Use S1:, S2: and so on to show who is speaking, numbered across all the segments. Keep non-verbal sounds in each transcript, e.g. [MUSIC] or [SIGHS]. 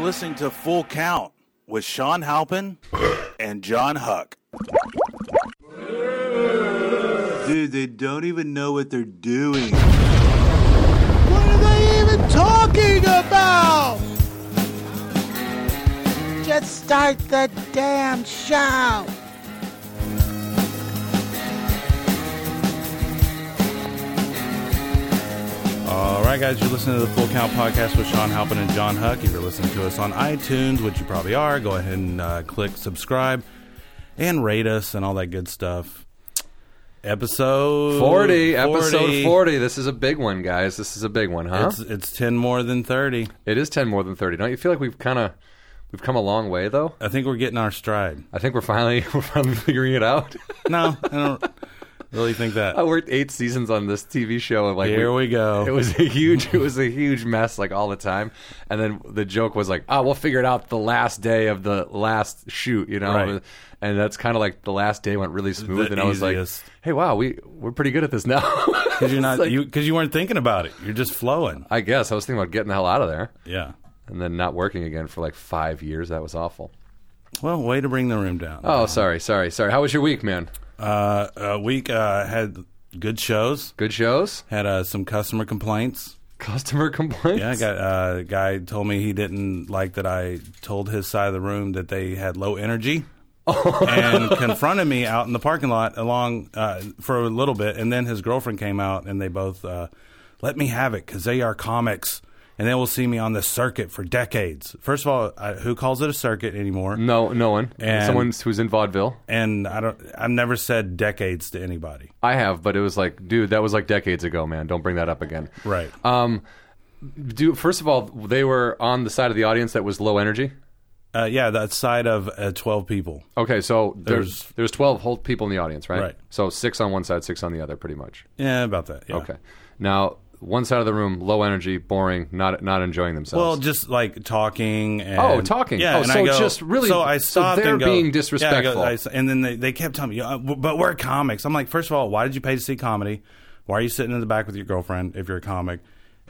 S1: listening to Full Count with Sean Halpin and John Huck. Dude, they don't even know what they're doing.
S2: What are they even talking about? Just start the damn show.
S1: All right, guys, you're listening to the Full Count podcast with Sean Halpin and John Huck. If you're listening to us on iTunes, which you probably are, go ahead and uh, click subscribe and rate us and all that good stuff. Episode
S3: 40, episode 40. This is a big one, guys. This is a big one, huh?
S1: It's it's ten more than thirty.
S3: It is 10 more than 30. Don't you feel like we've kind of we've come a long way though?
S1: I think we're getting our stride.
S3: I think we're finally [LAUGHS] we're finally figuring it out. [LAUGHS]
S1: No, I don't really think that.
S3: I worked 8 seasons on this TV show and like
S1: Here we
S3: [LAUGHS] It
S1: go.
S3: was a huge it was a huge mess like all the time. And then the joke was like, "Oh, we'll figure it out the last day of the last shoot," you know?
S1: Right.
S3: And that's kind of like the last day went really smooth
S1: The
S3: and I was
S1: easiest.
S3: like, "Hey, wow, we we're pretty good at this now." [LAUGHS]
S1: Because you're not e-
S3: It's like-
S1: you because you weren't thinking about it. You're just flowing.
S3: I guess I was thinking about getting the hell out of there.
S1: Yeah.
S3: and then not working again for like five years. That was awful.
S1: Well, way to bring the room down.
S3: Oh, sorry, sorry, sorry. How was your week, man?
S1: Uh, a week uh, had good shows.
S3: Good shows?
S1: Had uh, some customer complaints.
S3: Customer [LAUGHS] complaints?
S1: Yeah, I got uh, a guy told me he didn't like that I told his side of the room that they had low energy. and confronted me out in the parking lot along uh, for a little bit, and then his girlfriend came out, and they both uh, let me have it because they are comics, and they will see me on the circuit for decades. First of all, I, who calls it a circuit anymore?
S3: no, no one.
S1: And-
S3: Someone who's in vaudeville.
S1: And I don't, I've never said decades to anybody.
S3: I have, but it was like, dude, that was like decades ago, man. Don't bring that up again.
S1: Right.
S3: Um, do first of all, they were on the side of the audience that was low energy.
S1: Uh, yeah, that side of uh, twelve people.
S3: Okay, so there's
S1: There's-
S3: there's, twelve whole people in the audience, right?
S1: Right.
S3: So six on one side, six on the other, pretty much.
S1: Yeah, about that. Yeah.
S3: Okay. Now one side of the room, low energy, boring, not not enjoying themselves.
S1: Well, just like talking. And,
S3: Oh, talking.
S1: Yeah,
S3: Oh,
S1: and
S3: so
S1: I go,
S3: just really-
S1: So I
S3: so
S1: stopped
S3: they're
S1: and go,
S3: being
S1: yeah, I go-
S3: disrespectful.
S1: I s- and then they, they kept telling me, "Yeah, w- but we're comics. I'm like, first of all, why did you pay to see comedy? Why are you sitting in the back with your girlfriend if you're a comic?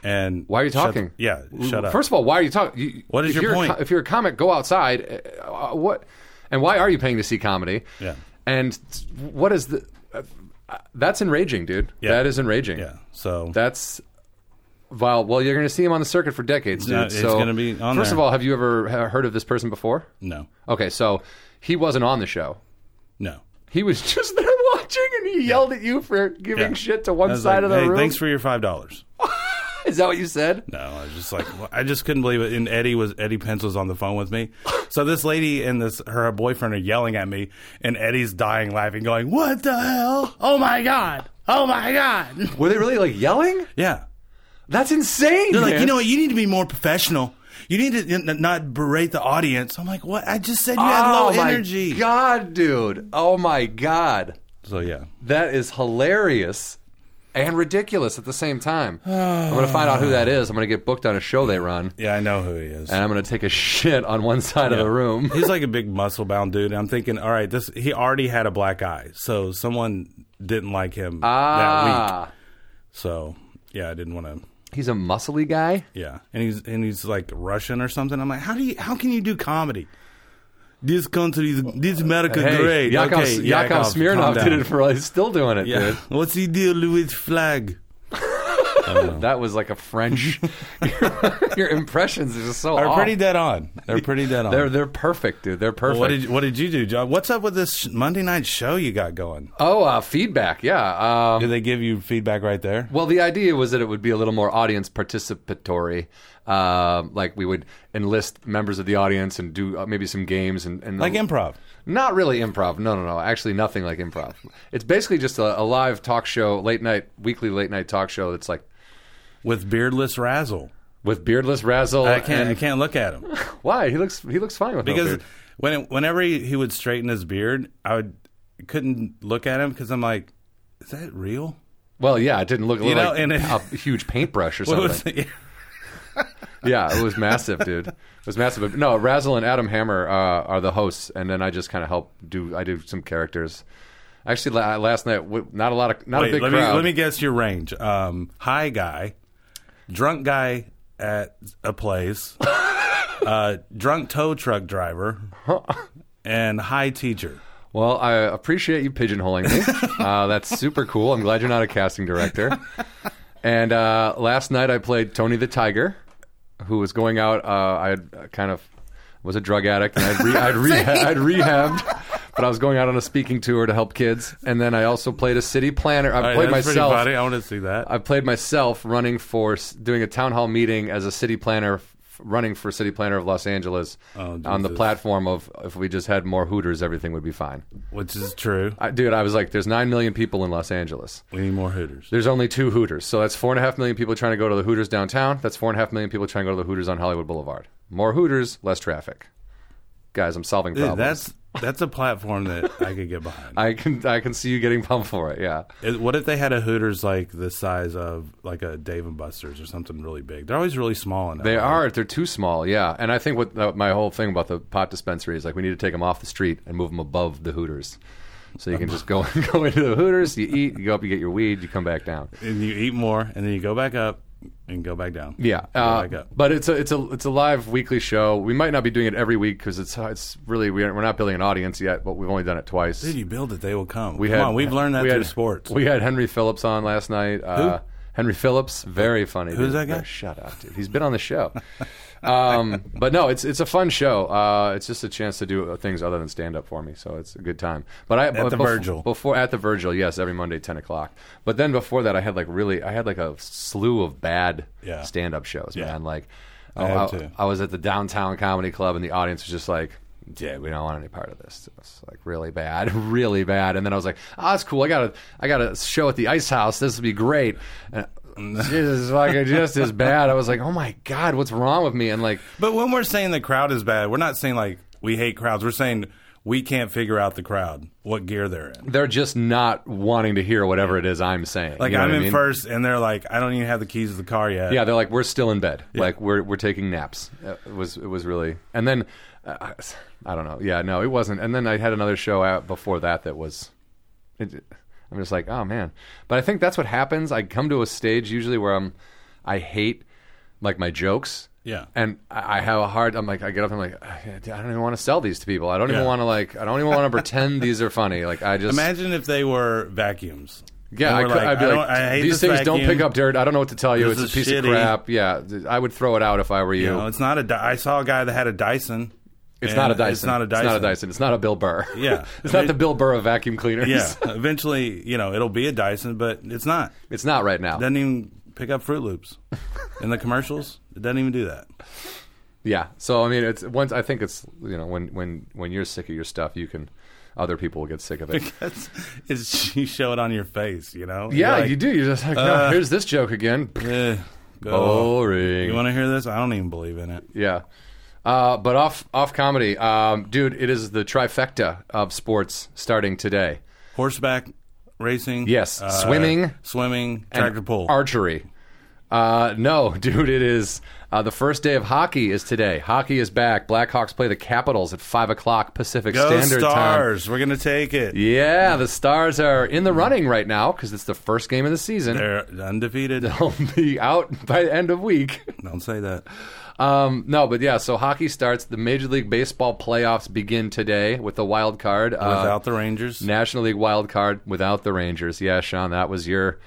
S1: And
S3: Why are you
S1: shut the-
S3: talking?
S1: yeah, shut up.
S3: First of all, why are you talking?
S1: What is
S3: if
S1: your
S3: you're a
S1: point?
S3: co- if you're a comic, go outside. Uh, uh, what? And why are you paying to see comedy?
S1: Yeah.
S3: And t- what is the? Uh, uh, that's enraging, dude.
S1: Yeah.
S3: That is enraging.
S1: yeah, so
S3: That's vile. Well, you're going to see him on the circuit for decades, dude.
S1: No, it's
S3: so
S1: gonna be on
S3: First
S1: there.
S3: of all, have you ever he- heard of this person before?
S1: no,
S3: Okay, so he wasn't on the show.
S1: no.
S3: He was [LAUGHS] just there watching, and he yelled at you for giving
S1: Yeah.
S3: shit to
S1: I
S3: one
S1: was
S3: side
S1: like,
S3: of the
S1: hey,
S3: room.
S1: Thanks for your five dollars.
S3: [LAUGHS] Is that what you said?
S1: No, I was just like [LAUGHS] well, I just couldn't believe it. And Eddie was Eddie Pence was on the phone with me, so this lady and this her boyfriend are yelling at me, and Eddie's dying laughing, going, "What the hell? Oh my god! Oh my god!" [LAUGHS]
S3: Were they really like yelling?
S1: Yeah,
S3: That's insane.
S1: they're like,
S3: man.
S1: you know what? You need to be more professional. You need to n- n- not berate the audience. I'm like, what? I just said you had
S3: oh,
S1: low
S3: my
S1: energy.
S3: God, dude. Oh my God.
S1: So yeah,
S3: That is hilarious and ridiculous at the same time. I'm going to find out who that is. I'm going to get booked on a show they run,
S1: yeah, I know who he is.
S3: and I'm going to take a [LAUGHS] shit on one side of the room.
S1: He's like a big muscle bound dude. And I'm thinking, all right, this he already had a black eye, so someone didn't like him that week.
S3: Ah,
S1: So yeah, I didn't want to.
S3: he's a muscly guy.
S1: Yeah, and he's and he's like Russian or something. I'm like, how do you? How can you do comedy? This country, is- this America,
S3: Hey,
S1: great.
S3: Yakov,
S1: okay,
S3: Yakov
S1: calm
S3: Smirnov
S1: down.
S3: did it for. He's still doing it,
S1: Yeah,
S3: dude.
S1: what's the deal with flag? [LAUGHS]
S3: That was like a French. [LAUGHS] your impressions are just so.
S1: They're
S3: off.
S1: pretty dead on. [LAUGHS] They're pretty dead on.
S3: They're they're perfect, dude. They're perfect.
S1: what did what did you do, John? What's up with this sh- Monday night show you got going?
S3: oh, uh, feedback. Yeah. Um,
S1: Did they give you feedback right there?
S3: Well, the idea was that it would be a little more audience participatory. Um like we would enlist members of the audience and do uh, maybe some games and, and
S1: Like improv.
S3: Not really improv. No, no, no. Actually, nothing like improv. It's basically just a, a live talk show, late night, weekly late night talk show. That's like
S1: with beardless razzle.
S3: with beardless Razzle.
S1: I can't. [LAUGHS]
S3: and-
S1: I can't look at him
S3: Why? He looks. He looks fine with no
S1: because
S3: beard.
S1: when whenever he, he would straighten his beard, I would couldn't look at him because I'm like, is that real?
S3: Well, yeah, it didn't look, it looked
S1: know,
S3: like
S1: and it-
S3: a huge paintbrush or
S1: [LAUGHS] What
S3: something.
S1: was it?
S3: yeah, it was massive, dude. It was massive. But no, Razzle and Adam Hammer uh, are the hosts, and then I just kind of help do. I do some characters. Actually, la- uh, last night, w- not a lot of, not a
S1: Wait,
S3: big
S1: let me
S3: crowd.
S1: let me guess your range.
S3: [LAUGHS]
S1: Um, high guy, drunk guy at a place, uh, drunk tow truck driver, and high teacher.
S3: Well, I appreciate you pigeonholing
S1: [LAUGHS]
S3: me. uh, that's super cool. I'm glad you're not a casting director. And uh, last night I played Tony the Tiger, who was going out. Uh, I had uh, kind of was a drug addict, and I'd, re-
S1: [LAUGHS]
S3: I'd, reha- I'd rehabbed, but I was going out on a speaking tour to help kids. And then I also played a city planner. I
S1: All right,
S3: played
S1: that's
S3: myself.
S1: pretty funny. I want to see that.
S3: I played myself running for doing a town hall meeting as a city planner, f- running for city planner of Los Angeles
S1: Oh,
S3: on the
S1: Jesus.
S3: platform of if we just had more Hooters, everything would be fine.
S1: which is true.
S3: I, dude, I was like, there's nine million people in Los Angeles.
S1: We need more Hooters.
S3: There's only two Hooters, so that's four and a half million people trying to go to the Hooters downtown. That's four and a half million people trying to go to the Hooters on Hollywood Boulevard. More Hooters, less traffic. Guys, I'm solving
S1: Dude,
S3: problems.
S1: that's that's a platform that I could get
S3: [LAUGHS]
S1: behind.
S3: I can I can see you getting pumped for it. Yeah.
S1: It- what if they had a Hooters like the size of like a Dave and Buster's or something really big? They're always really small. In
S3: They
S1: LA.
S3: are. They're too small. Yeah, and I think what uh, my whole thing about the pot dispensary is like we need to take them off the street and move them above the Hooters, so you can just go [LAUGHS] go into the Hooters. You eat, you go up, you get your weed, you come back down.
S1: and you eat more, and then you go back up and go back down.
S3: Yeah,
S1: go
S3: uh,
S1: back up.
S3: but it's a it's a it's a live weekly show. We might not be doing it every week because it's it's really we aren't- we're not building an audience yet, but we've only done it twice.
S1: Dude, you build it, they will come.
S3: we
S1: come
S3: had
S1: on, we've learned that
S3: we
S1: through
S3: had-
S1: sports.
S3: We had Henry Phillips on last night. Uh, Henry Phillips, very funny.
S1: Who's
S3: dude.
S1: that guy?
S3: Oh, shut up, dude. He's been on the show. um, but no, it's it's a fun show. Uh, it's just a chance to do things other than stand up for me, so it's a good time. But I but
S1: the
S3: bef-
S1: Virgil.
S3: before at the Virgil, yes, every Monday ten o'clock. But then before that, I had like really I had like a slew of bad
S1: Yeah.
S3: stand up shows,
S1: Yeah.
S3: man. Like
S1: I
S3: oh,
S1: had too.
S3: I was at the downtown comedy club, and the audience was just like, "Yeah, we don't want any part of this." It was like really bad, [LAUGHS] really bad. And then I was like, "Oh, that's cool. I got a, I got a show at the Ice House. This would be great." And
S1: [LAUGHS]
S3: Jesus, fucking just as bad. I was like, "Oh my god, what's wrong with me?" And like,
S1: But when we're saying the crowd is bad, we're not saying like we hate crowds. We're saying we can't figure out the crowd, what gear they're in.
S3: they're just not wanting to hear whatever it is I'm saying.
S1: Like
S3: You know
S1: I'm
S3: what I
S1: in
S3: mean?
S1: first, and they're like, I don't even have the keys to the car yet.
S3: Yeah, they're like, we're still in bed. Like we're we're taking naps. Uh, It was it was really. And then uh, I don't know. Yeah, no, it wasn't. And then I had another show out before that that was. It, I'm just like, oh man. But I think that's what happens. I come to a stage usually where I'm, I hate, like my jokes.
S1: Yeah.
S3: And I I have a hard. I'm like, I get up. I'm like, I don't even want to sell these to people. I don't even
S1: Yeah.
S3: want to like. I don't even want to pretend these are funny.
S1: [LAUGHS]
S3: Like I just.
S1: Imagine if they were vacuums.
S3: Yeah,
S1: And
S3: I
S1: we're
S3: could, I'd be
S1: I
S3: like,
S1: don't- I hate
S3: these
S1: this
S3: things don't
S1: vacuum.
S3: pick up dirt. I don't know what to tell you.
S1: This
S3: it's a
S1: is
S3: piece of
S1: shitty."
S3: crap. Yeah, th- I would throw it out if I were you.
S1: You know, it's not a. Dy- I saw a guy that had a
S3: [LAUGHS]
S1: Dyson.
S3: it's
S1: and
S3: not a Dyson.
S1: It's not a Dyson.
S3: It's not a Dyson. It's not a Bill Burr.
S1: Yeah.
S3: [LAUGHS] it's not the Bill Burr of vacuum cleaners.
S1: Yeah. Eventually, you know, it'll be a Dyson, but it's not.
S3: [LAUGHS] it's not right now.
S1: Doesn't even pick up Fruit Loops in the commercials. It doesn't even do that.
S3: yeah. So I mean, it's once I think it's you know when when when you're sick of your stuff, you can other people will get sick
S1: [LAUGHS]
S3: of it.
S1: That's, it's you show it on your face. You know.
S3: yeah,
S1: You're like,
S3: you do. You're just like, no,
S1: uh,
S3: here's this
S1: [LAUGHS]
S3: joke again.
S1: "Eh,
S3: Oh.
S1: go.
S3: Boring.
S1: You want to hear this? I don't even believe in it.
S3: Yeah. Uh, but off off comedy, um, dude. It is the trifecta of sports starting today.
S1: Horseback racing. uh,
S3: Yes. Swimming.
S1: Swimming.
S3: and
S1: Tractor pull.
S3: archery. Uh, no, [LAUGHS] dude, it is uh, the first day of hockey is today. Hockey is back. Blackhawks play the Capitals at five o'clock Pacific
S1: go
S3: Standard Time.
S1: stars. We're gonna take it.
S3: Yeah, the Stars are in the running right now because it's the first game of the season.
S1: They're undefeated.
S3: [LAUGHS] They'll be out by the end of week.
S1: Don't say
S3: Uh,
S1: that.
S3: Um, no, but yeah, so hockey starts. The Major League Baseball playoffs begin today with the wild card. Uh,
S1: Without the Rangers.
S3: National League wild card without the Rangers. Yeah, Sean, that was your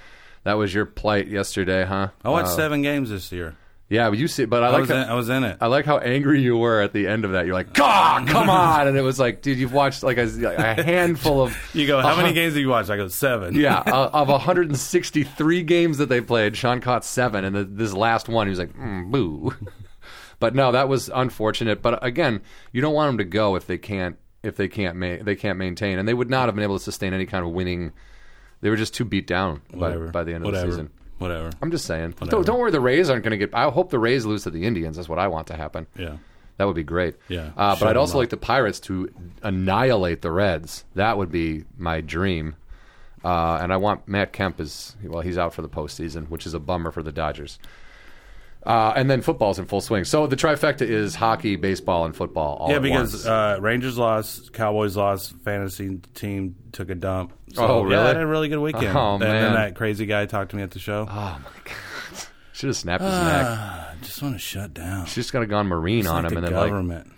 S3: that was your plight yesterday, huh?
S1: I watched seven games this year.
S3: Yeah, but you see, but Uh, I
S1: I
S3: Uh, like
S1: Oh. was,
S3: how-
S1: in, I was in it.
S3: I like how angry you were at the end of that. You're like, "Gah, come on!" And it was like, dude, you've watched like a, a
S1: [LAUGHS]
S3: handful of
S1: You go, how
S3: Uh-huh.
S1: many games did you watch? I go, seven.
S3: yeah uh, of 163 games that they played. Sean caught seven, and the, this last one, he was like, mm, "Boo." [LAUGHS] But no, that was unfortunate. But again, you don't want them to go if they can't if they can't ma- they can't maintain, and they would not have been able to sustain any kind of winning. They were just too beat down by,
S1: Whatever.
S3: by the end
S1: Whatever.
S3: of the season.
S1: Whatever.
S3: I'm just saying. Don't, don't worry, the Rays aren't going to get. I hope the Rays lose to the Indians. That's what I want to happen.
S1: Yeah.
S3: That would be great.
S1: Yeah,
S3: Uh, but
S1: shut
S3: I'd
S1: them
S3: also
S1: up.
S3: like the Pirates to annihilate the Reds. That would be my dream. Uh, and I want Matt Kemp is well, he's out for the postseason, which is a bummer for the Dodgers. Uh, and then football's in full swing. So the trifecta is hockey, baseball, and football. All
S1: Yeah,
S3: at
S1: because
S3: once.
S1: uh, Rangers lost, Cowboys lost, fantasy team took a dump. So,
S3: Oh,
S1: Yeah,
S3: really?
S1: I had a really good weekend.
S3: Oh,
S1: and
S3: man. Ah,
S1: then that crazy guy talked to me at the show.
S3: oh my god, Should have snapped his neck.
S1: I just want to shut down.
S3: She's just got to gone marine on
S1: Like
S3: him,
S1: Ah. the
S3: and then like,
S1: government.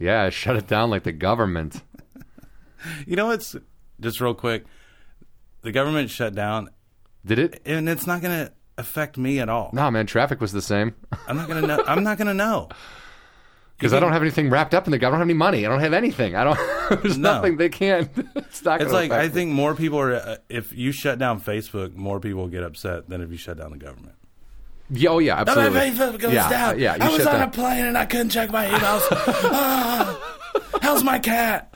S3: yeah, [LAUGHS] shut it down like the government.
S1: you know what's just real quick? The government shut down,
S3: Did it?
S1: and it's not going to affect me at
S3: [LAUGHS]
S1: all.
S3: Nah, man, traffic was the same [LAUGHS]
S1: I'm not going to know. I'm not going to know.
S3: because I don't have anything wrapped up in the. gov- I don't have any money. I don't have anything. I don't. [LAUGHS] there's
S1: No.
S3: nothing they can't. [LAUGHS] It's not.
S1: It's
S3: gonna
S1: like
S3: affect
S1: I
S3: me.
S1: think more people are. Uh, if you shut down Facebook, more people will get upset than if you shut down the government.
S3: Yeah, oh yeah, absolutely. yeah, Yeah, you shut down.
S1: plane and I couldn't check my emails.
S3: [LAUGHS]
S1: Ah, how's my cat?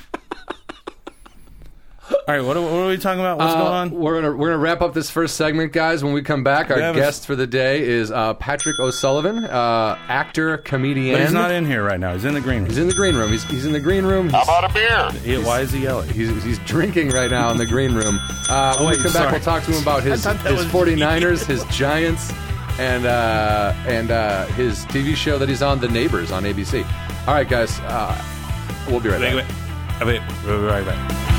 S1: All right, what are, what are we talking about? What's
S3: Uh,
S1: going on?
S3: We're gonna we're gonna wrap up this first segment, guys. When we come back, our
S1: Yeah, but-
S3: guest for the day is uh, Patrick O'Sullivan, uh, actor, comedian.
S1: But he's not in here right now. He's in the green room.
S3: He's in the green room. He's, he's in the green room.
S4: How about a beer?
S1: He- why is he yelling?
S3: He's, he's drinking right now in the green room. Uh, when we
S1: wait,
S3: come back,
S1: Oh, sorry.
S3: we'll talk to him about his,
S1: [LAUGHS] I thought that
S3: his
S1: was me. [LAUGHS]
S3: 49ers, his Giants, and uh, and uh, his TV show that he's on, The Neighbors, on ABC. All right, guys, uh, we'll be right back.
S1: Wait, wait, wait, we'll be right back.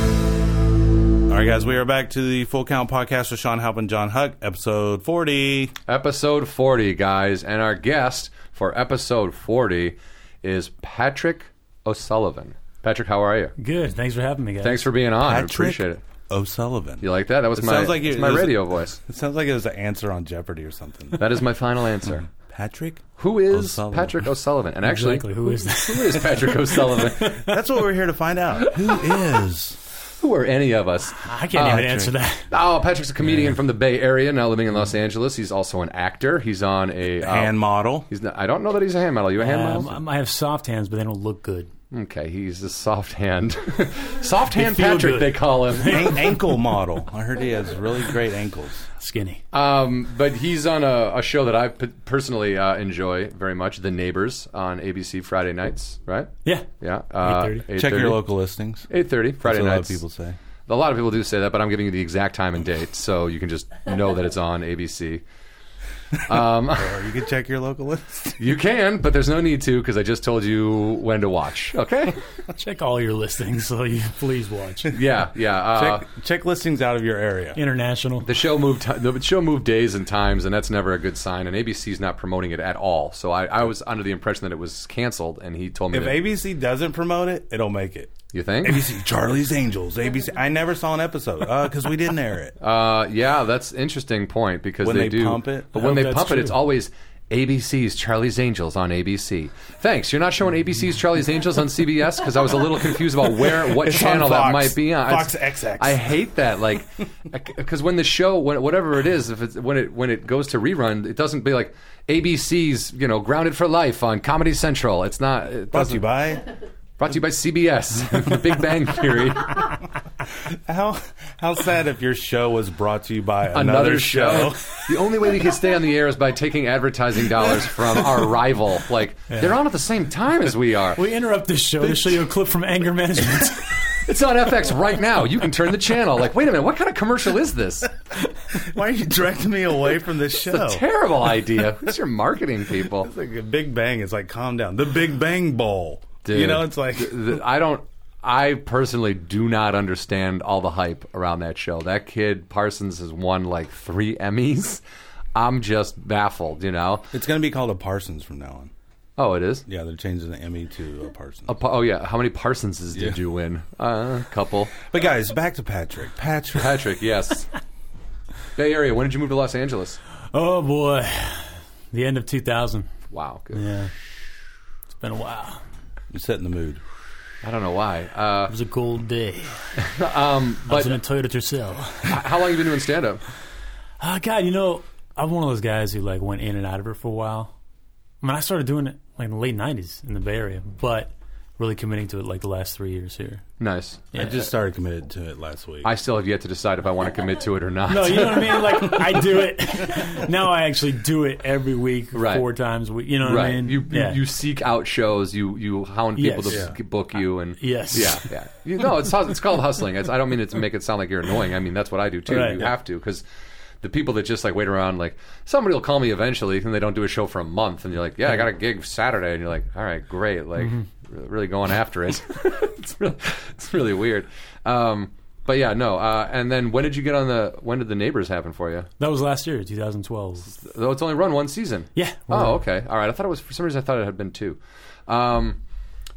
S1: All right, guys, we are back to the Full Count Podcast with Sean Halpin, John Huck, episode 40.
S3: Episode 40, guys, and our guest for episode 40 is Patrick O'Sullivan. Patrick, how are you?
S5: Good. Thanks for having me, guys.
S3: Thanks for being on. I
S1: Patrick
S3: appreciate it.
S1: O'Sullivan.
S3: You like that? That was
S1: It
S3: my
S1: sounds like you-
S3: it's my
S1: it was-
S3: radio voice.
S1: It sounds like it was an answer on Jeopardy or
S3: [LAUGHS]
S1: something.
S3: That is my
S1: [LAUGHS]
S3: final answer.
S1: Patrick?
S3: Who is
S1: O'Sullivan.
S3: Patrick O'Sullivan? And actually,
S5: Exactly. Who is that?
S3: who is Patrick O'Sullivan?
S5: [LAUGHS]
S1: That's what we're here to find out. Who is?
S3: Who are any of us?
S5: I can't
S3: Ah,
S5: even answer that.
S3: [LAUGHS] Oh, Patrick's a comedian from the Bay Area, now living in Los Angeles. He's also an actor. He's on a uh,
S1: [LAUGHS] Hand model.
S3: He's not, I don't know that he's a hand model. You a hand
S5: Um,
S3: model?
S5: um, I have soft hands, but they don't look good.
S3: Okay, he's a soft hand, [LAUGHS] soft hand
S5: feel
S3: Patrick.
S5: good.
S3: They call
S1: [LAUGHS]
S3: him.
S1: An- ankle model. I heard he has really great ankles.
S5: Skinny.
S3: Um, but he's on a, a show that I p- personally uh, enjoy very much, The Neighbors on ABC Friday nights. Right?
S5: yeah.
S3: Yeah. Uh,
S5: 8:30.
S1: Check your local listings.
S3: Eight thirty
S1: That's
S3: Friday
S1: what a lot of
S3: nights.
S1: people say.
S3: A lot of people do say that, but I'm giving you the exact time and date, so you can just know that it's on ABC.
S1: Or you can check your local list.
S3: You can, but there's no need to because I just told you when to watch.
S1: [LAUGHS]
S3: Okay?
S5: Check all your listings so you [LAUGHS] please watch.
S3: Yeah, yeah. Uh,
S1: Check, check listings out of your area.
S5: International.
S3: the show moved. [LAUGHS] T- the show moved days and times, and that's never a good sign. And ABC's not promoting it at all. So I, I was under the impression that it was canceled, and he told me.
S1: If
S3: that-
S1: ABC doesn't promote it, it'll make it.
S3: you think?
S1: ABC, Charlie's Angels, ABC. I never saw an episode because we didn't air it.
S3: Uh, yeah, that's interesting point because
S1: When they
S3: do.
S1: pump it?
S3: but
S1: I
S3: when
S5: hope
S3: they
S5: that's
S3: pump it,
S5: true.
S3: it's always ABC's Charlie's Angels on ABC. Thanks. You're not showing ABC's Charlie's Angels on CBS because I was a little confused about where what
S1: It's on
S3: channel that
S1: Fox.
S3: might be on.
S1: Fox
S3: It's-
S1: XX.
S3: I hate that. Like, [LAUGHS] because when the show, when, whatever it is, if it's when it when it goes to rerun, it doesn't be like ABC's you know Grounded for Life on Comedy Central. It's not. It
S1: Brought to you
S3: doesn't-
S1: by
S3: brought to you by CBS, The [LAUGHS] Big Bang Theory.
S1: how how sad if your show was brought to you by another,
S3: another
S1: show.
S3: show. [LAUGHS] the only way we can stay on the air is by taking advertising dollars from our rival. Like they're on at the same time as we are.
S5: we interrupt this
S3: [LAUGHS]
S5: show to show you a clip from Anger Management. [LAUGHS]
S3: It's on FX right now. You can turn the channel. Like, wait a minute, what kind of commercial is this?
S1: Why are you directing me away from [LAUGHS] this show?
S3: It's a terrible idea. Who's your marketing people?
S1: It's like a Big Bang. It's like calm down. The Big Bang Bowl. [LAUGHS]
S3: Dude.
S1: You know, it's like
S3: Th- th- I don't. I personally do not understand all the hype around that show. That kid Parsons has won like three Emmys. I'm just baffled, you know.
S1: it's going to be called a Parsons from now on.
S3: Oh, it is.
S1: Yeah, they're changing the Emmy to a Parsons.
S3: A pa- Oh yeah. How many Parsonses did you win? Uh, a couple.
S1: But guys, back to Patrick. Patrick.
S3: Patrick, yes.
S5: [LAUGHS]
S3: Bay Area. When did you move to Los Angeles?
S5: oh, boy. The end of 2000.
S3: Wow. Good.
S5: Yeah. It's been a while.
S1: You set in the mood.
S3: I don't know why. Uh,
S5: It was a
S3: [LAUGHS]
S5: cold day. I
S3: Um, but
S5: was in a Toyota Tercel.
S3: h- how long you been doing stand up?
S5: Oh, God, you know, I'm one of those guys who, like, went in and out of it for a while. I mean, I started doing it, like, in the late 90s in the Bay Area. But really committing to it like the last three years here.
S3: Nice.
S1: I just started committed to it last week.
S3: I still have yet to decide if I want to commit to it or not.
S5: No, you know what I mean? Like I
S3: [LAUGHS]
S5: do it [LAUGHS] now. I actually do it every week,
S3: Right.
S5: four times a week. You know what
S3: right.
S5: I mean?
S3: you, you
S5: yeah.
S3: you seek out shows. You you hound people
S5: Yes.
S3: to book you and
S5: yes.
S3: Yeah, yeah. You, no, it's hus- it's called hustling. It's, I don't mean it to make it sound like you're annoying. I mean that's what I do too.
S5: Right.
S3: you have to because the people that just like wait around, like somebody will call me eventually, and they don't do a show for a month, and you're like, yeah, I got a gig Saturday, and you're like, all right, great, like
S5: Mm-hmm.
S3: re- really going after it. [LAUGHS] it's really it's really weird. Um, but yeah, no. Uh, and then when did you get on the? When did the neighbors happen for you?
S5: that was last year, 2012.
S3: Though it's only run one season.
S5: Yeah.
S3: Oh, okay. All right. I thought it was for some reason. I thought it had been two. Um,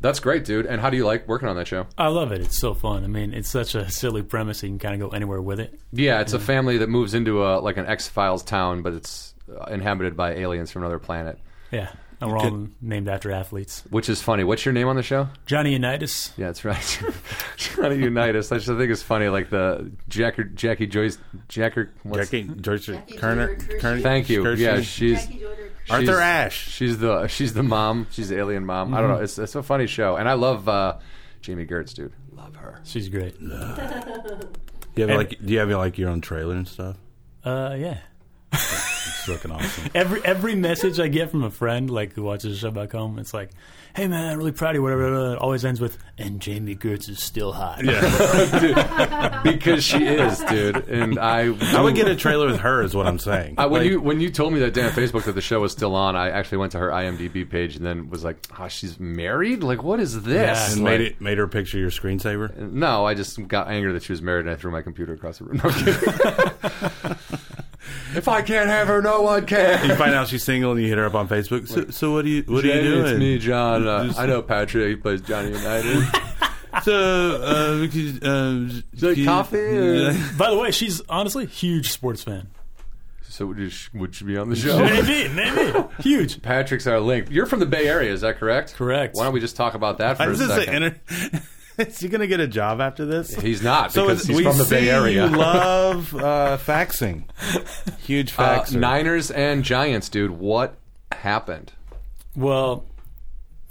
S3: that's great, dude. And how do you like working on that show?
S5: I love it. It's so fun. I mean, it's such a silly premise. You can kind of go anywhere with it.
S3: Yeah, it's a family that moves into a like an X Files town, but it's uh, inhabited by aliens from another planet,
S5: Yeah, and we're all named after athletes.
S3: which is funny. What's your name on the show?
S5: Johnny Unitas.
S3: Yeah, that's right. Johnny Unitas. I just think it's funny, like the Jacker, Jackie Joyce, Jacker. what's-
S1: Jackie George
S4: Jackie
S1: Kerner,
S4: Jordan Kershaw.
S1: Kerner.
S3: Thank you.
S1: Kershaw.
S3: Yeah, she's
S4: Jackie Jordan.
S1: Arthur
S3: she's-
S1: Ashe.
S3: She's the she's the mom. She's the alien mom. I don't know. It's it's a funny show, and I love uh, Jamie Gertz, dude. Love her.
S5: She's great.
S1: Do you have like do you have like your own trailer and stuff?
S5: Uh, yeah.
S1: It's looking awesome. [LAUGHS]
S5: Every every message I get from a friend like who watches the show back home, it's like, "Hey man, I'm really proud of you." Whatever. blah, blah, blah. It always ends with, "And Jamie Gertz is still hot."
S3: because she is, dude. And I
S1: I would get a trailer with her, is what I'm saying.
S3: I, when
S1: Like,
S3: you when you told me that day on Facebook that the show was still on, I actually went to her IMDb page and then was like, "Ah, she's married? Like, what is this?"
S1: and
S3: Like,
S1: made it made her picture your screensaver.
S3: No, I just got angry that she was married and I threw my computer across the room. No, I'm kidding. [LAUGHS] if I can't have her, no one
S1: You
S3: can.
S1: find out she's single, and you hit her up on Facebook. So, so what do you what are you
S3: Jenny,
S1: doing?
S3: it's me, John. Uh, I know Patrick. He plays Johnny United. [LAUGHS]
S1: So uh, could, um,
S3: like
S1: could-
S3: coffee or-
S5: By the way, she's honestly a huge sports fan.
S3: so would you, would you be on the show?
S5: Maybe, maybe huge.
S3: Patrick's our link. You're from the Bay Area, is that correct?
S5: Correct.
S3: Why don't we just talk about that for
S1: I
S3: a
S1: was gonna say,
S3: second?
S1: inter- [LAUGHS] is he gonna get a job after this?
S3: He's not
S1: So
S3: because
S1: is-
S3: he's
S1: we
S3: from the Bay
S1: see
S3: Area. [LAUGHS]
S1: You love uh, faxing, huge
S3: Uh,
S1: faxer.
S3: Niners and Giants, dude. What happened?
S5: Well,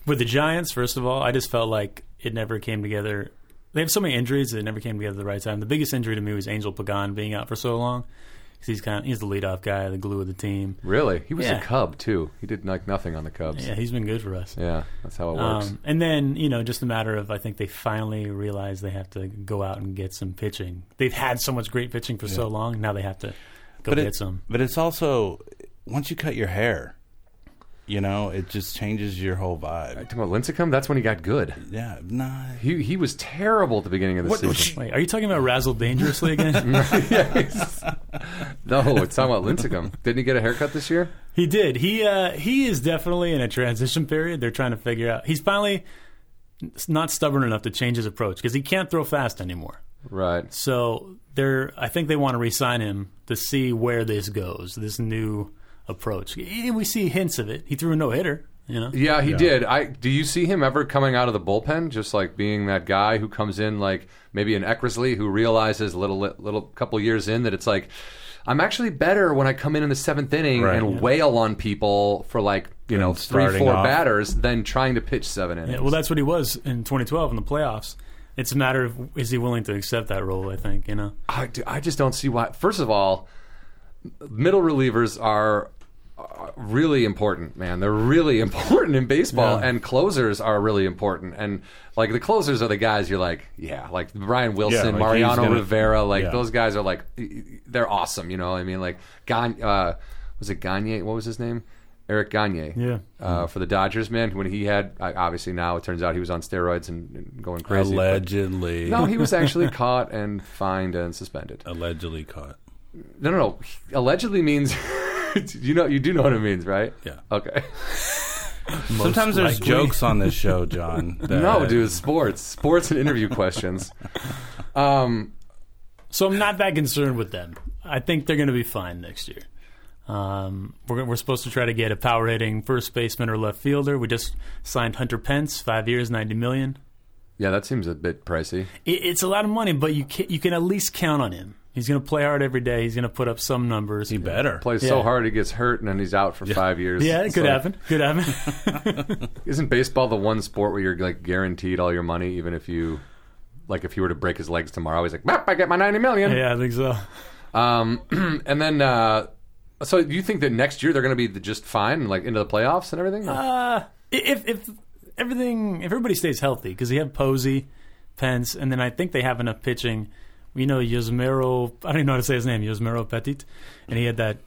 S5: with the Giants, first of all, I just felt like it never came together. They have so many injuries that it never came together at the right time. The biggest injury to me was Angel Pagan being out for so long. 'Cause He's kind of, he's the leadoff guy, the glue of the team.
S3: Really? He was
S5: Yeah.
S3: a Cub too. He did like nothing on the Cubs.
S5: Yeah,
S3: Yeah,
S5: he's been good for us.
S3: that's how it works.
S5: Um, and then you know, just a matter of I think they finally realized they have to go out and get some pitching. They've had so much great pitching for so long. Now they have to go
S1: but
S5: get
S1: it-
S5: some.
S1: But it's also once you cut your hair, you know, it just changes your whole vibe.
S3: Talking about Lincecum, that's when he got good.
S1: Yeah, nah.
S3: He he was terrible at the beginning of the season.
S5: Wait, are you talking about Razzle
S3: [LAUGHS]
S5: Dangerously again?
S3: No, it's talking about Lincecum. Didn't he get a haircut this year?
S5: he did. He uh, he is definitely in a transition period. They're trying to figure out. He's finally s- not stubborn enough to change his approach because he can't throw fast anymore.
S3: Right.
S5: So they're I think they want to re-sign him to see where this goes. This new approach, and we see hints of it. He threw a no hitter. You know.
S3: Yeah, he did. I do you see him ever coming out of the bullpen, just like being that guy who comes in like maybe an Eckersley who realizes little little couple years in that it's like I'm actually better when I come in in the seventh inning
S1: Right.
S3: and wail on people for like you know
S1: Than
S3: three
S1: starting
S3: four
S1: off.
S3: batters than trying to pitch seven innings.
S5: Yeah, well, that's what he was in 2012 in the playoffs. It's a matter of is he willing to accept that role? I think you know.
S3: I, do- I just don't see why. First of all, middle relievers are uh, really important, man. They're really [LAUGHS] important in baseball,
S5: Yeah.
S3: and closers are really important. And like the closers are the guys you're like, yeah, like Brian Wilson,
S1: like, he's
S3: Mariano
S1: gonna-
S3: Rivera, like
S1: yeah.
S3: those guys are like, y- y- they're awesome. You know, what I mean, like Gagne, uh, was it Gagne? What was his name? Eric Gagne.
S5: Yeah.
S3: Uh, for the Dodgers, man, when he had I- obviously now it turns out he was on steroids and, and going crazy. but-
S1: Allegedly,
S3: no, he was actually [LAUGHS] caught and fined and suspended.
S1: Oh. allegedly caught.
S3: No, no, no. Allegedly means [LAUGHS] you know you do know what it means, right?
S1: Yeah.
S3: Okay. [LAUGHS]
S1: Sometimes there's
S5: likely.
S1: jokes on this show, John. that-
S3: No, dude, sports, sports, and interview questions. Um,
S5: So I'm not that concerned with them. I think they're going to be fine next year. Um, we're gonna- we're supposed to try to get a power hitting first baseman or left fielder. We just signed Hunter Pence, five years, 90 million.
S3: yeah, that seems a bit pricey.
S5: It, it's a lot of money, but you can, you can at least count on him. He's going to play hard every day. He's going to put up some numbers.
S1: He better.
S3: Plays so
S5: Yeah.
S3: hard he gets hurt and then he's out for five years.
S5: Yeah, it
S3: It's
S5: could
S3: like,
S5: happen. Could happen.
S3: Isn't baseball the one sport where you're like guaranteed all your money, even if you, like, if he were to break his legs tomorrow, he's like, "Bap, I get my ninety million.
S5: yeah, I think so.
S3: Um, [CLEARS THROAT] and then, uh, so you think that next year they're going to be the- just fine, like into the playoffs and everything?
S5: Uh, if if everything, if everybody stays healthy, because they have Posey, Pence, and then I think they have enough pitching. You know, Yosmero, I don't even know how to say his name, Yosmero Petit, and he had that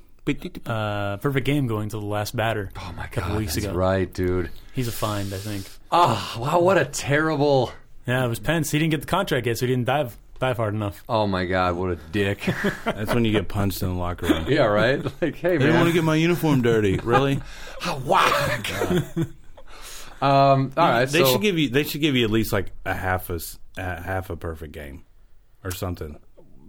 S5: uh, perfect game going to the last batter. Oh
S3: my
S5: a couple
S3: God,
S5: weeks
S3: that's
S5: ago.
S3: right, dude.
S5: He's a find, I think.
S3: Oh, wow, what a terrible.
S5: Yeah, it was Pence. He didn't get the contract yet, so he didn't dive dive hard enough.
S3: Oh my God, what a [LAUGHS] dick.
S1: That's when you get punched in the locker room. [LAUGHS]
S3: yeah, right. Like, hey,
S1: I don't want
S3: man.
S1: to get my uniform
S3: [LAUGHS]
S1: dirty. Really?
S3: Ah, Whack. [LAUGHS] um, all right,
S1: they
S3: so
S1: should give you. They should give you at least like a half a, s- a half a perfect game, or something.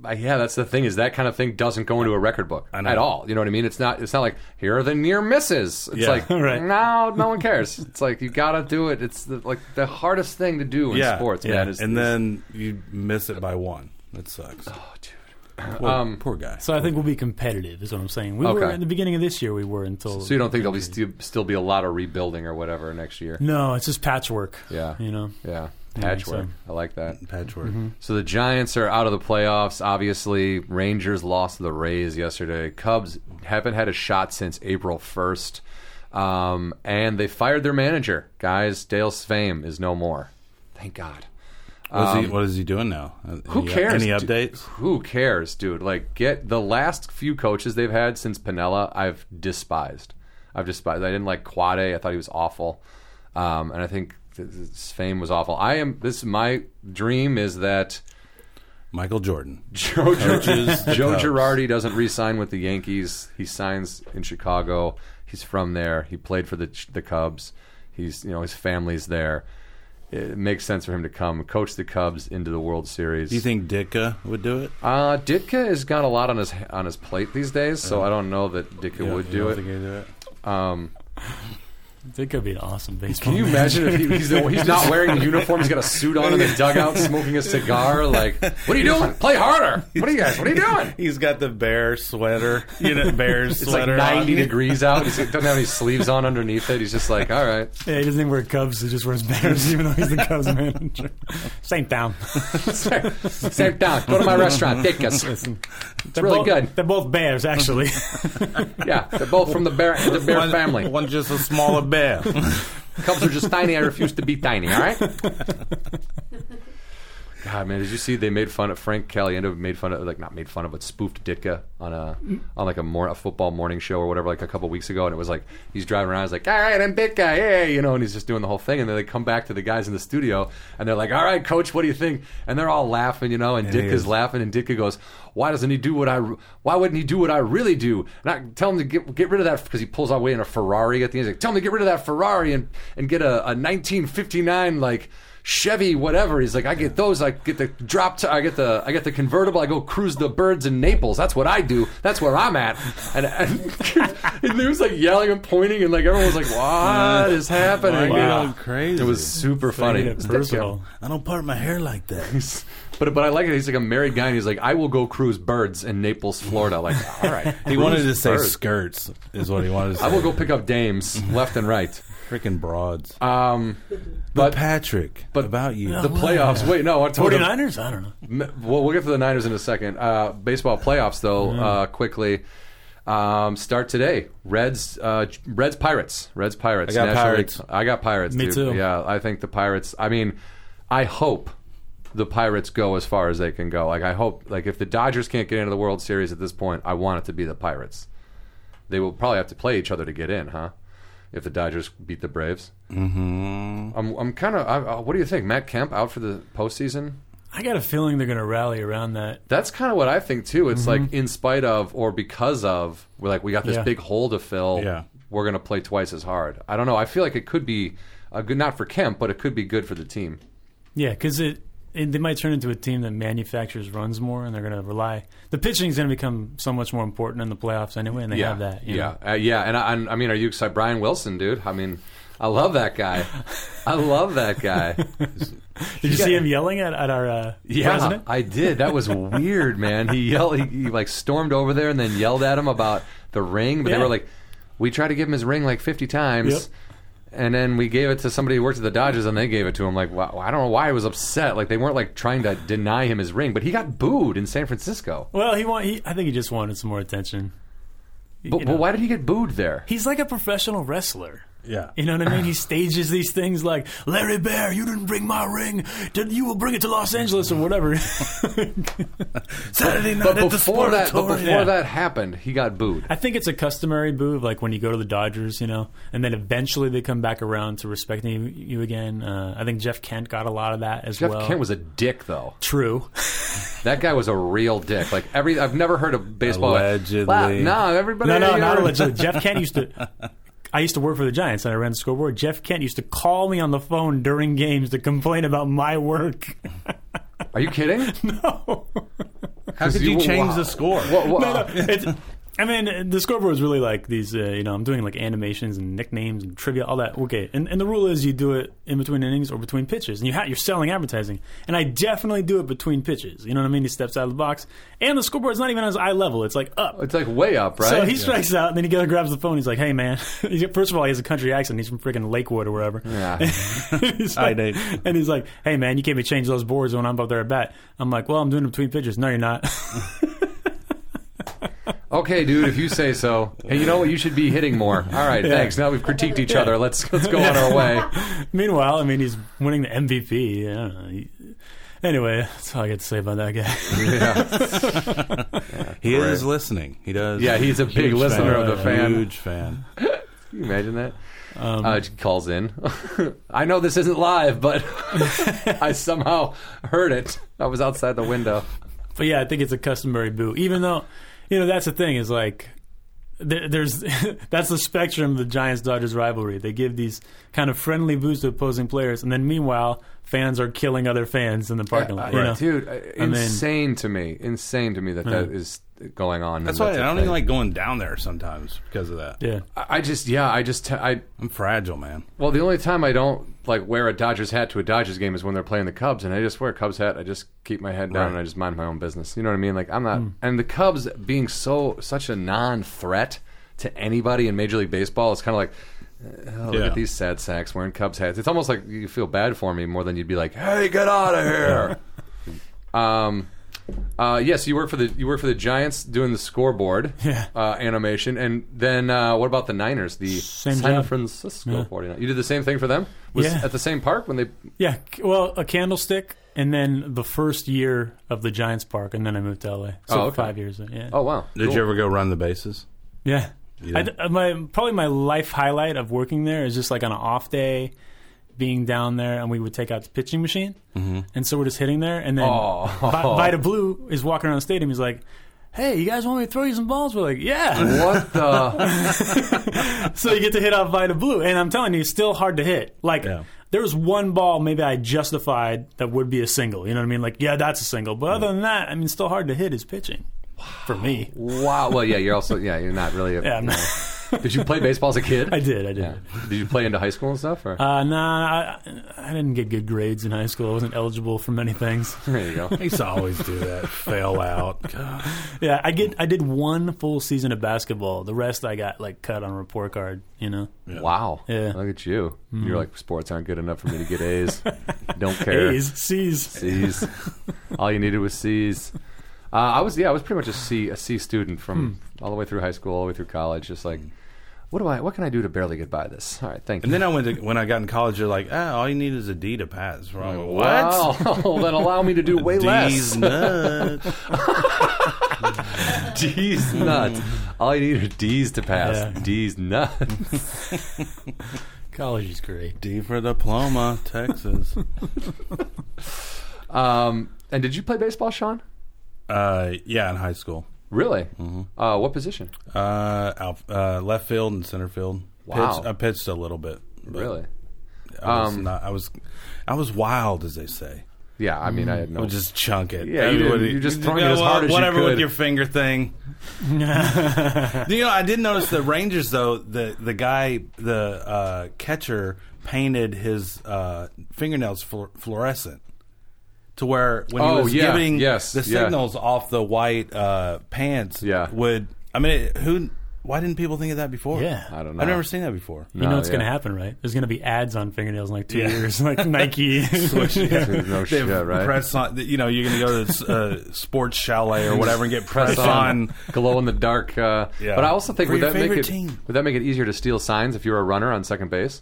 S3: Uh, yeah, that's the thing is that kind of thing doesn't go into a record book
S1: know.
S3: at all. You know what I mean? It's not. It's not like here are the near misses. It's
S1: Yeah, [LAUGHS]
S3: like
S5: right.
S3: no, no one cares. It's like you gotta do it. It's the, like the hardest thing to do in
S1: yeah,
S3: sports,
S1: yeah.
S3: man. Is,
S1: and
S3: is-
S1: then you miss it by one. That sucks.
S3: oh, dude.
S1: Poor,
S3: um,
S1: poor guy.
S5: So I think we'll be competitive, is what I'm saying. We were
S3: Okay.
S5: at the beginning of this year. We were until
S3: so you don't think there'll be sti- still be a lot of rebuilding or whatever next year?
S1: Mm.
S5: no, it's just patchwork.
S3: Yeah.
S5: you know.
S3: Yeah,
S5: I think
S3: patchwork. I like that.
S1: Patchwork.
S3: So the Giants are out of the playoffs. Obviously, Rangers lost to the Rays yesterday. Cubs haven't had a shot since April first, um, and they fired their manager. Guys, Dale Svame is no more. Thank God.
S1: What's he, what is he doing now?
S3: Um,
S1: Uh,
S3: Who cares?
S1: Any
S3: dude?
S1: updates?
S3: Who cares, dude? Like, get the last few coaches they've had since Pinella. I've despised. I've despised. I didn't like Quade. I thought he was awful, um, and I think th- th- Svame was awful. I am. This my dream is that. [LAUGHS]
S1: Michael Jordan.
S3: Joe,
S1: Coaches, the
S3: Joe
S1: Cubs.
S3: Girardi doesn't re-sign with the Yankees. He signs in Chicago. He's from there. He played for the the Cubs. He's you know his family's there. It makes sense for him to come coach the Cubs into the World Series.
S1: Do you think Ditka would do it?
S3: uh, Ditka has got a lot on his on his plate these days, so I don't know that Ditka would do it.
S5: It could be an awesome baseball. [LAUGHS]
S3: Can you
S5: match.
S3: imagine if he, he's, the, he's not wearing a uniform? He's got a suit on in the dugout, smoking a cigar. Like, [LAUGHS] what are you doing? Play harder! What are you guys? What [LAUGHS] are you doing?
S1: He's got the bear sweater. You know, [LAUGHS] bear's
S3: It's like
S1: sweater.
S3: 90
S1: on.
S3: degrees out. He doesn't have any sleeves on underneath it. He's just like, all right.
S5: Yeah, he doesn't even wear Cubs. He just
S3: [LAUGHS]
S5: wears Bears, even though he's the Cubs manager. Same town.
S3: [LAUGHS] Sit down. Go to my restaurant. Take
S1: [LAUGHS]
S3: us. It's really
S5: both,
S3: good.
S5: They're both
S3: [LAUGHS]
S5: Bears, actually.
S3: Yeah, they're both from the bear, the bear
S1: One-
S3: family.
S1: One's just a smaller bear.
S3: [LAUGHS] Cubs are just tiny. I refuse to be tiny. All right. God, man, did you see they made fun of Frank Caliendo? Made fun of like not made fun of, but spoofed Ditka on a on like a more a football morning show or whatever, like a couple weeks ago. And it was like he's driving around, he's like, "All right, I'm Ditka, yeah," you know, and he's just doing the whole thing. And then they come back to the guys in the studio, and they're like, "All right, coach, what do you think?" And they're all laughing, you know. And
S1: he
S3: Ditka's
S1: is.
S3: laughing, and Ditka goes, "Why doesn't he do what I? re- Why wouldn't he do what I really do?" And I tell him to get get rid of that because he pulls away in a Ferrari at the end. He's like, "Tell him to get rid of that Ferrari and and get a, a 1959 like." Chevy, whatever. He's like, I get those. I get the drop. T- I get the. I get the convertible. I go cruise the birds in Naples. That's what I do. That's where I'm at. And, [LAUGHS] and, and he was like yelling and pointing, and like everyone was like, "What is happening?"
S1: Wow.
S3: You know?
S1: Crazy.
S3: It was super funny.
S5: Making it
S3: It's
S5: personal.
S1: I don't part my hair like that.
S3: [LAUGHS] but but I like it. He's like a married guy, and he's like, I will go cruise birds in Naples, Florida. Like, [LAUGHS] all right,
S1: He wanted to
S3: Cruise
S1: say
S3: birds.
S1: skirts is what he wanted to say.
S3: I will go pick up dames left and right.
S1: freaking broads.
S3: Um,
S1: but
S3: but
S1: Uh, Patrick,
S3: but
S1: about you.
S3: the playoffs. Wait, no, I told him-
S5: 49ers? I don't know.
S3: M- Well, we'll get to the Niners in a second. Uh, baseball playoffs, though,
S5: Mm.
S3: uh, quickly um, start today. Reds, uh, Reds, Pirates, Reds, Pirates.
S1: I got
S3: National
S1: Pirates.
S3: League- I got Pirates.
S5: Me
S3: dude.
S5: too.
S3: Yeah, I think the Pirates. I mean, I hope the Pirates go as far as they can go. Like I hope, like if the Dodgers can't get into the World Series at this point, I want it to be the Pirates. They will probably have to play each other to get in, huh? If the Dodgers beat the Braves, mm-hmm. I'm, I'm kind of. Uh, what do you think, Matt Kemp out for the postseason?
S5: I got a feeling they're going to rally around that.
S3: That's kind of what I think too. It's like in spite of or because of, we're like we got this
S5: Mm-hmm. Yeah.
S3: big hole to fill.
S1: Yeah.
S3: We're gonna play twice as hard. I don't know. I feel like it could be a good not for Kemp, but it could be good for the team.
S5: Yeah, because it, it, they might turn into a team that manufactures runs more, and they're going to rely. The pitching is going to become so much more important in the playoffs anyway, and they have that. you
S3: yeah,
S5: know.
S3: uh, yeah. And I, I'm- I mean, are you excited, Brian Wilson, dude? I mean, I love that guy. I love that guy.
S5: [LAUGHS] Did you see him yelling at, at our uh, president?
S3: I did. That was weird, man. He yelled. He, he like stormed over there and then yelled at him about the ring. But they
S5: Yeah.
S3: were like, we tried to give him his ring like fifty times,
S5: Yep.
S3: and then we gave it to somebody who worked at the Dodgers, and they gave it to him. Like, wow, I don't know why I was upset. Like they weren't like trying to deny him his ring, but he got booed in San Francisco.
S5: Well, he want. He, I think he just wanted some more attention. You
S3: But,
S5: know.
S3: but why did he get booed there?
S5: He's like a professional wrestler.
S1: Yeah.
S5: You know what I mean? He stages these things like Larry Bear, you didn't bring my ring. Did- You will bring it to Los Angeles or [LAUGHS] whatever.
S1: Saturday night at
S3: But
S1: the
S3: before that, but
S1: Sportatorium.
S3: before
S5: Yeah.
S3: that happened, he got booed.
S5: I think it's a customary move, like when you go to the Dodgers, you know, and then eventually they come back around to respecting you, you again. Uh, I think Jeff Kent got a lot of that as
S3: Jeff
S5: well.
S3: Kent was a dick, though. [LAUGHS]
S5: true.
S3: That guy was a real dick. Like every, I've never heard of baseball.
S1: Allegedly.
S3: Wow, no, everybody.
S5: No, no, not allegedly. Jeff Kent
S3: [LAUGHS]
S5: used to. I used to work for the Giants and I ran the scoreboard. Jeff Kent used to call me on the phone during games to complain about my work. [LAUGHS]
S3: Are
S1: [LAUGHS]
S3: you kidding?
S5: no.
S1: How could
S3: you-
S1: you, change
S3: wow.
S1: the score? [LAUGHS]
S3: What, what, [LAUGHS]
S5: No, uh, it's, I mean, the scoreboard is really like these, uh, you know, I'm doing like animations and nicknames and trivia, all that. Okay. And, and the rule is you do it in between innings or between pitches. And you ha- you're selling advertising. And I definitely do it between pitches. You know what I mean? He steps out of the box. And the scoreboard's not even on his eye level, it's like up.
S3: It's like way up, right?
S5: So he strikes out, and then he goes and grabs the phone. He's like, "Hey, man!" [LAUGHS] He's, first of all, he has a country accent. He's from freaking Lakewood or wherever. [LAUGHS]
S3: Yeah.
S5: he's
S1: Hi,
S5: like,
S1: Nate.
S5: And he's like, "Hey, man, you can't be changing those boards when I'm up there at bat." I'm like, "Well, I'm doing it between pitches." No, you're not. [LAUGHS]
S3: okay, dude, if you say so. Hey, you know what? You should be hitting more. All right, thanks. Now we've critiqued each other. Let's let's go on our
S1: [LAUGHS]
S3: way.
S5: Meanwhile, I mean, he's winning the MVP. Yeah, I don't know. He- Anyway, that's all I got to say about that guy. [LAUGHS]
S3: [LAUGHS] Yeah,
S1: He is listening. He does.
S3: yeah he's a big
S1: Huge
S3: listener
S1: fan.
S3: of the fan.
S1: Huge fan.
S3: Can you imagine that?
S1: Um,
S3: uh, she calls in. [LAUGHS] I know this isn't
S1: [LAUGHS]
S3: live, but [LAUGHS] I somehow heard it. I was outside the window.
S5: But yeah, I think it's a customary boo. Even though, you know, that's the thing is like, there, there's [LAUGHS] that's the spectrum of the Giants Dodgers rivalry. They give these kind of friendly boos to opposing players, and then meanwhile, fans are killing other fans in the parking lot. you know?
S3: Dude, uh,
S5: I mean-
S3: insane to me. Insane to me that that is going on.
S1: That's why I don't even like going down there sometimes because of that.
S5: Yeah.
S3: I I just, yeah, I just, t- I
S1: I'm fragile, man.
S3: Well, the only time I don't like wear a Dodgers hat to a Dodgers game is when they're playing the Cubs, and I just wear a Cubs hat. I just keep my head down
S1: Right.
S3: and I just mind my own business. You know what I mean? Like I'm not.
S5: Hmm.
S3: And the Cubs being so such a non-threat to anybody in Major League Baseball, it's kind of like. Oh, look
S1: Yeah.
S3: at these sad sacks wearing Cubs hats. It's almost like you feel bad for me more than you'd be like, "Hey, get out of here." [LAUGHS] um, uh, yes, you work for the you work for the Giants doing the scoreboard
S5: Yeah.
S3: uh, animation, and then uh, what about the Niners? The
S5: Same
S3: San
S5: job.
S3: Francisco
S5: Yeah.
S3: 49. You did the same thing for them? Was
S5: Yeah.
S3: at the same park when they
S5: Yeah. c- Well, a candlestick, and then the first year of the Giants Park, and then I moved to LA.
S3: Oh,
S5: So
S3: okay.
S5: five years. Yeah.
S3: Oh wow.
S1: Did
S3: Cool.
S1: you ever go run the bases?
S5: Yeah.
S1: Yeah.
S5: I th- uh, my probably my life highlight of working there is just like on an off day, being down there, and we would take out the pitching machine, mm-hmm. and so we're just hitting there, and then
S3: Oh.
S5: Vi- Vita Blue is walking around the stadium. He's like, "Hey, you guys want me to throw you some balls?" We're like,
S3: [LAUGHS]
S5: "Yeah."
S3: What the
S5: so you get to hit off Vita Blue, and I'm telling you, it's still hard to hit. Like.
S1: Yeah.
S5: There was one ball maybe I justified that would be a single. You know what I mean? Like, yeah, that's a single. But other than that, I mean, still hard to hit is pitching for me.
S3: Wow. Well yeah, you're also yeah, you're not really a,
S5: Yeah, I'm not- [LAUGHS]
S3: Did you play baseball as a kid?
S5: I did. I did.
S3: Yeah. Did you play into high school and stuff or
S5: Uh, nah, I, I didn't get good grades in high school. I wasn't eligible for many things. [LAUGHS]
S3: there you go.
S1: I used to always do [LAUGHS] that. Fail out. God.
S5: yeah, I get. I did one full season of basketball. The rest, I got like cut on a report card. You know,
S3: Wow.
S5: Yeah. Hmm.
S3: Look at you. You're like sports aren't good enough for me to get A's.
S5: [LAUGHS]
S3: Don't care.
S5: A's, C's.
S3: C's. all you needed was C's. Uh, I was yeah, I was pretty much a C a C student from
S5: Hmm.
S3: all the way through high school, all the way through college. Just like, what do I? What can I do to barely get by this? All right, thank you.
S1: And then I went to when I got in college. You're like, ah, all you need is a D to pass. We're like, what?
S3: Wow. Oh, then allow me to do way
S1: D's
S3: less.
S1: [LAUGHS] nuts.
S3: D's [LAUGHS] nuts. All you need are D's to pass.
S5: Yeah.
S3: D's nuts.
S5: College is great.
S1: D for diploma,
S3: [LAUGHS]
S1: Texas.
S3: Um, and did you play baseball, Sean?
S1: Uh, yeah, in high school.
S3: Really? Uh, what position?
S1: Uh, out, uh, left field and center field.
S3: Wow.
S1: Pitched, I pitched a little bit. but
S3: Really?
S1: I was,
S3: Um,
S1: not, I was, I was wild, as they say.
S3: Yeah, I mean, I had no.
S1: We'll just chunk it.
S3: Yeah, you-
S1: Everybody-
S3: you just throw it
S1: go,
S3: as hard as you
S1: Whatever with
S3: could.
S1: your finger
S3: [LAUGHS]
S1: thing. you know, I did notice the Rangers though. The the guy, the uh, catcher, painted his uh, fingernails flu- fluorescent to where when
S3: Oh,
S1: he was
S3: yeah,
S1: giving
S3: yes,
S1: the
S3: yeah.
S1: signals off the white uh, pants,
S3: Yeah.
S1: would I mean it, who? Why didn't people think of that before?
S5: Yeah. I
S3: don't
S1: I've
S3: know. [LAUGHS]
S1: never seen that before.
S5: You know
S3: No,
S5: what's going to
S3: yeah.
S5: happen, right? There's going to be ads on fingernails in like two
S1: Yeah.
S5: years, like
S3: [LAUGHS]
S5: Nike. [LAUGHS]
S1: [LAUGHS]
S3: no shit, right?
S1: Press on, you know, you're going to go to this, uh, [LAUGHS] sports chalet or whatever and get press on.
S3: glow in the dark. Uh,
S1: Yeah.
S3: But I also think
S1: For
S3: would
S1: your
S3: that make
S1: favorite
S3: it
S1: team.
S3: would that make it easier to steal signs if you're a runner on second base?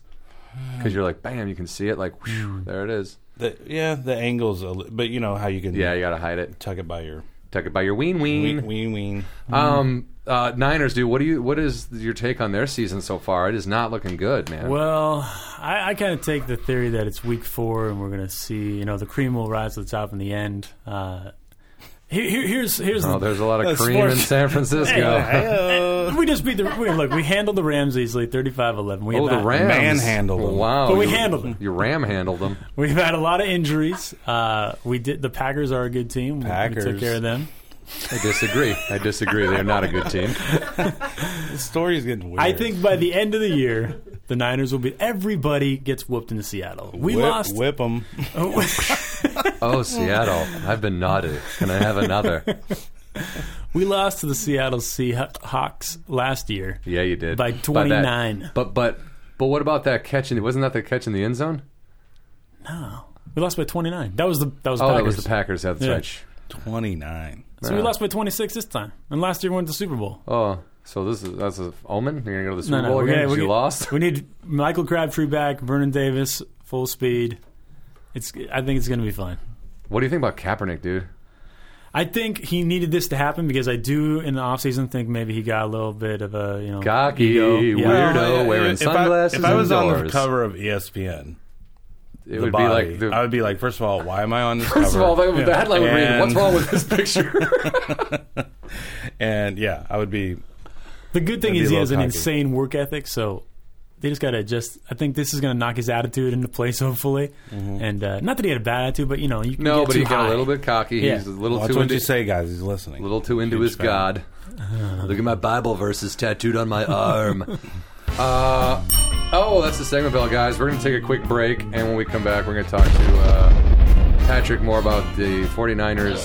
S3: Because you're like, bam, you can see it. Like, whew, there it is.
S1: The, yeah, the angles, a li- but you know how you can
S3: Yeah, you gotta hide it.
S1: tuck it by
S3: [LAUGHS]
S1: your
S3: Tuck it by your ween ween.
S1: ween ween. ween.
S3: Um, uh, Niners, dude. What do you? What is your take on their season so far? It is not looking good, man.
S5: well, I, I kind of take the theory that it's week four and we're going to see, you know, the cream will rise to the top in the end. Uh, here, here- here's here's
S3: oh,
S5: the,
S3: there's a
S5: [LAUGHS]
S3: lot of
S1: That's
S3: cream in
S1: sports.
S3: San Francisco.
S5: we just beat the we, look. We handled the Rams easily, 35-11. We
S3: Oh,
S5: have
S3: the
S5: not-
S3: Rams
S1: manhandled them.
S3: Wow,
S5: But we
S3: you-
S5: handled them.
S3: You ram handled them.
S5: We've had a lot of injuries. Uh, we did. The Packers are a good team. We-
S1: Packers.
S5: We took care of them.
S3: I disagree. I disagree. They're not a good team.
S1: [LAUGHS] The story's getting weird.
S5: I think by the end of the year, the Niners will be. Everybody gets whooped into Seattle. We
S1: whip,
S5: lost.
S1: Whip them.
S3: Oh, Seattle. I've been naughty. Can I have another?
S5: [LAUGHS] we lost to the Seattle Seahawks last year.
S3: Yeah, you did.
S5: By
S3: that.
S5: 29.
S3: But but but what about that catch in the wasn't that the catch in the end zone?
S5: No, we lost by twenty nine. That was the that was
S3: Oh,
S5: Packers.
S3: that was the Packers. That's
S5: Yeah.
S3: right.
S1: 29.
S5: So we lost by twenty six this time, and last year we went to the Super Bowl.
S3: Oh, so this is that's an omen? You're gonna go to the Super
S5: no,
S3: Bowl
S5: we're
S3: again?
S5: gonna-
S3: 'cause
S5: we're
S3: you
S5: gonna-
S3: lost?
S5: We need Michael Crabtree back, Vernon Davis, full speed. It's I think it's going to be fun.
S3: What do you think about Kaepernick, dude?
S5: I think he needed this to happen because I do in the offseason think maybe he got a little bit of a you know
S3: Cocky,
S5: ego.
S3: weirdo,
S5: Yeah.
S3: wearing
S1: if
S3: sunglasses
S1: I, if I was on the
S3: indoors.
S1: cover of E ESPN,
S3: It
S1: the
S3: would
S1: body,
S3: be like the,
S1: I would be like, first of all, why am I on this
S3: First of
S1: cover?
S3: all, the, the headline would read,
S1: And-
S3: "What's wrong with
S1: [LAUGHS]
S3: this picture?"
S1: and yeah, I would be.
S5: The good thing
S1: It'd be
S5: is
S1: a
S5: he
S1: little
S5: has an
S1: cocky.
S5: insane work ethic, so they just gotta just. I think this is gonna knock his attitude into place, [LAUGHS] hopefully. And uh, not that he had a bad attitude, but you know, you
S3: Mm-hmm.
S5: can
S3: no,
S5: get
S3: but
S5: too
S3: he got
S5: high.
S3: a little bit cocky.
S5: Yeah.
S3: He's a little
S1: Watch
S3: too
S1: what
S3: into,
S1: you say, guys. He's listening.
S3: little too into
S1: Huge
S3: his
S1: fan. [SIGHS]
S3: god. Look at my Bible verses tattooed on
S1: [LAUGHS]
S3: my arm. uh, oh, that's the segment bell, guys. We're going to take a quick break, and when we come back, we're going to talk to uh, Patrick more about the 49ers,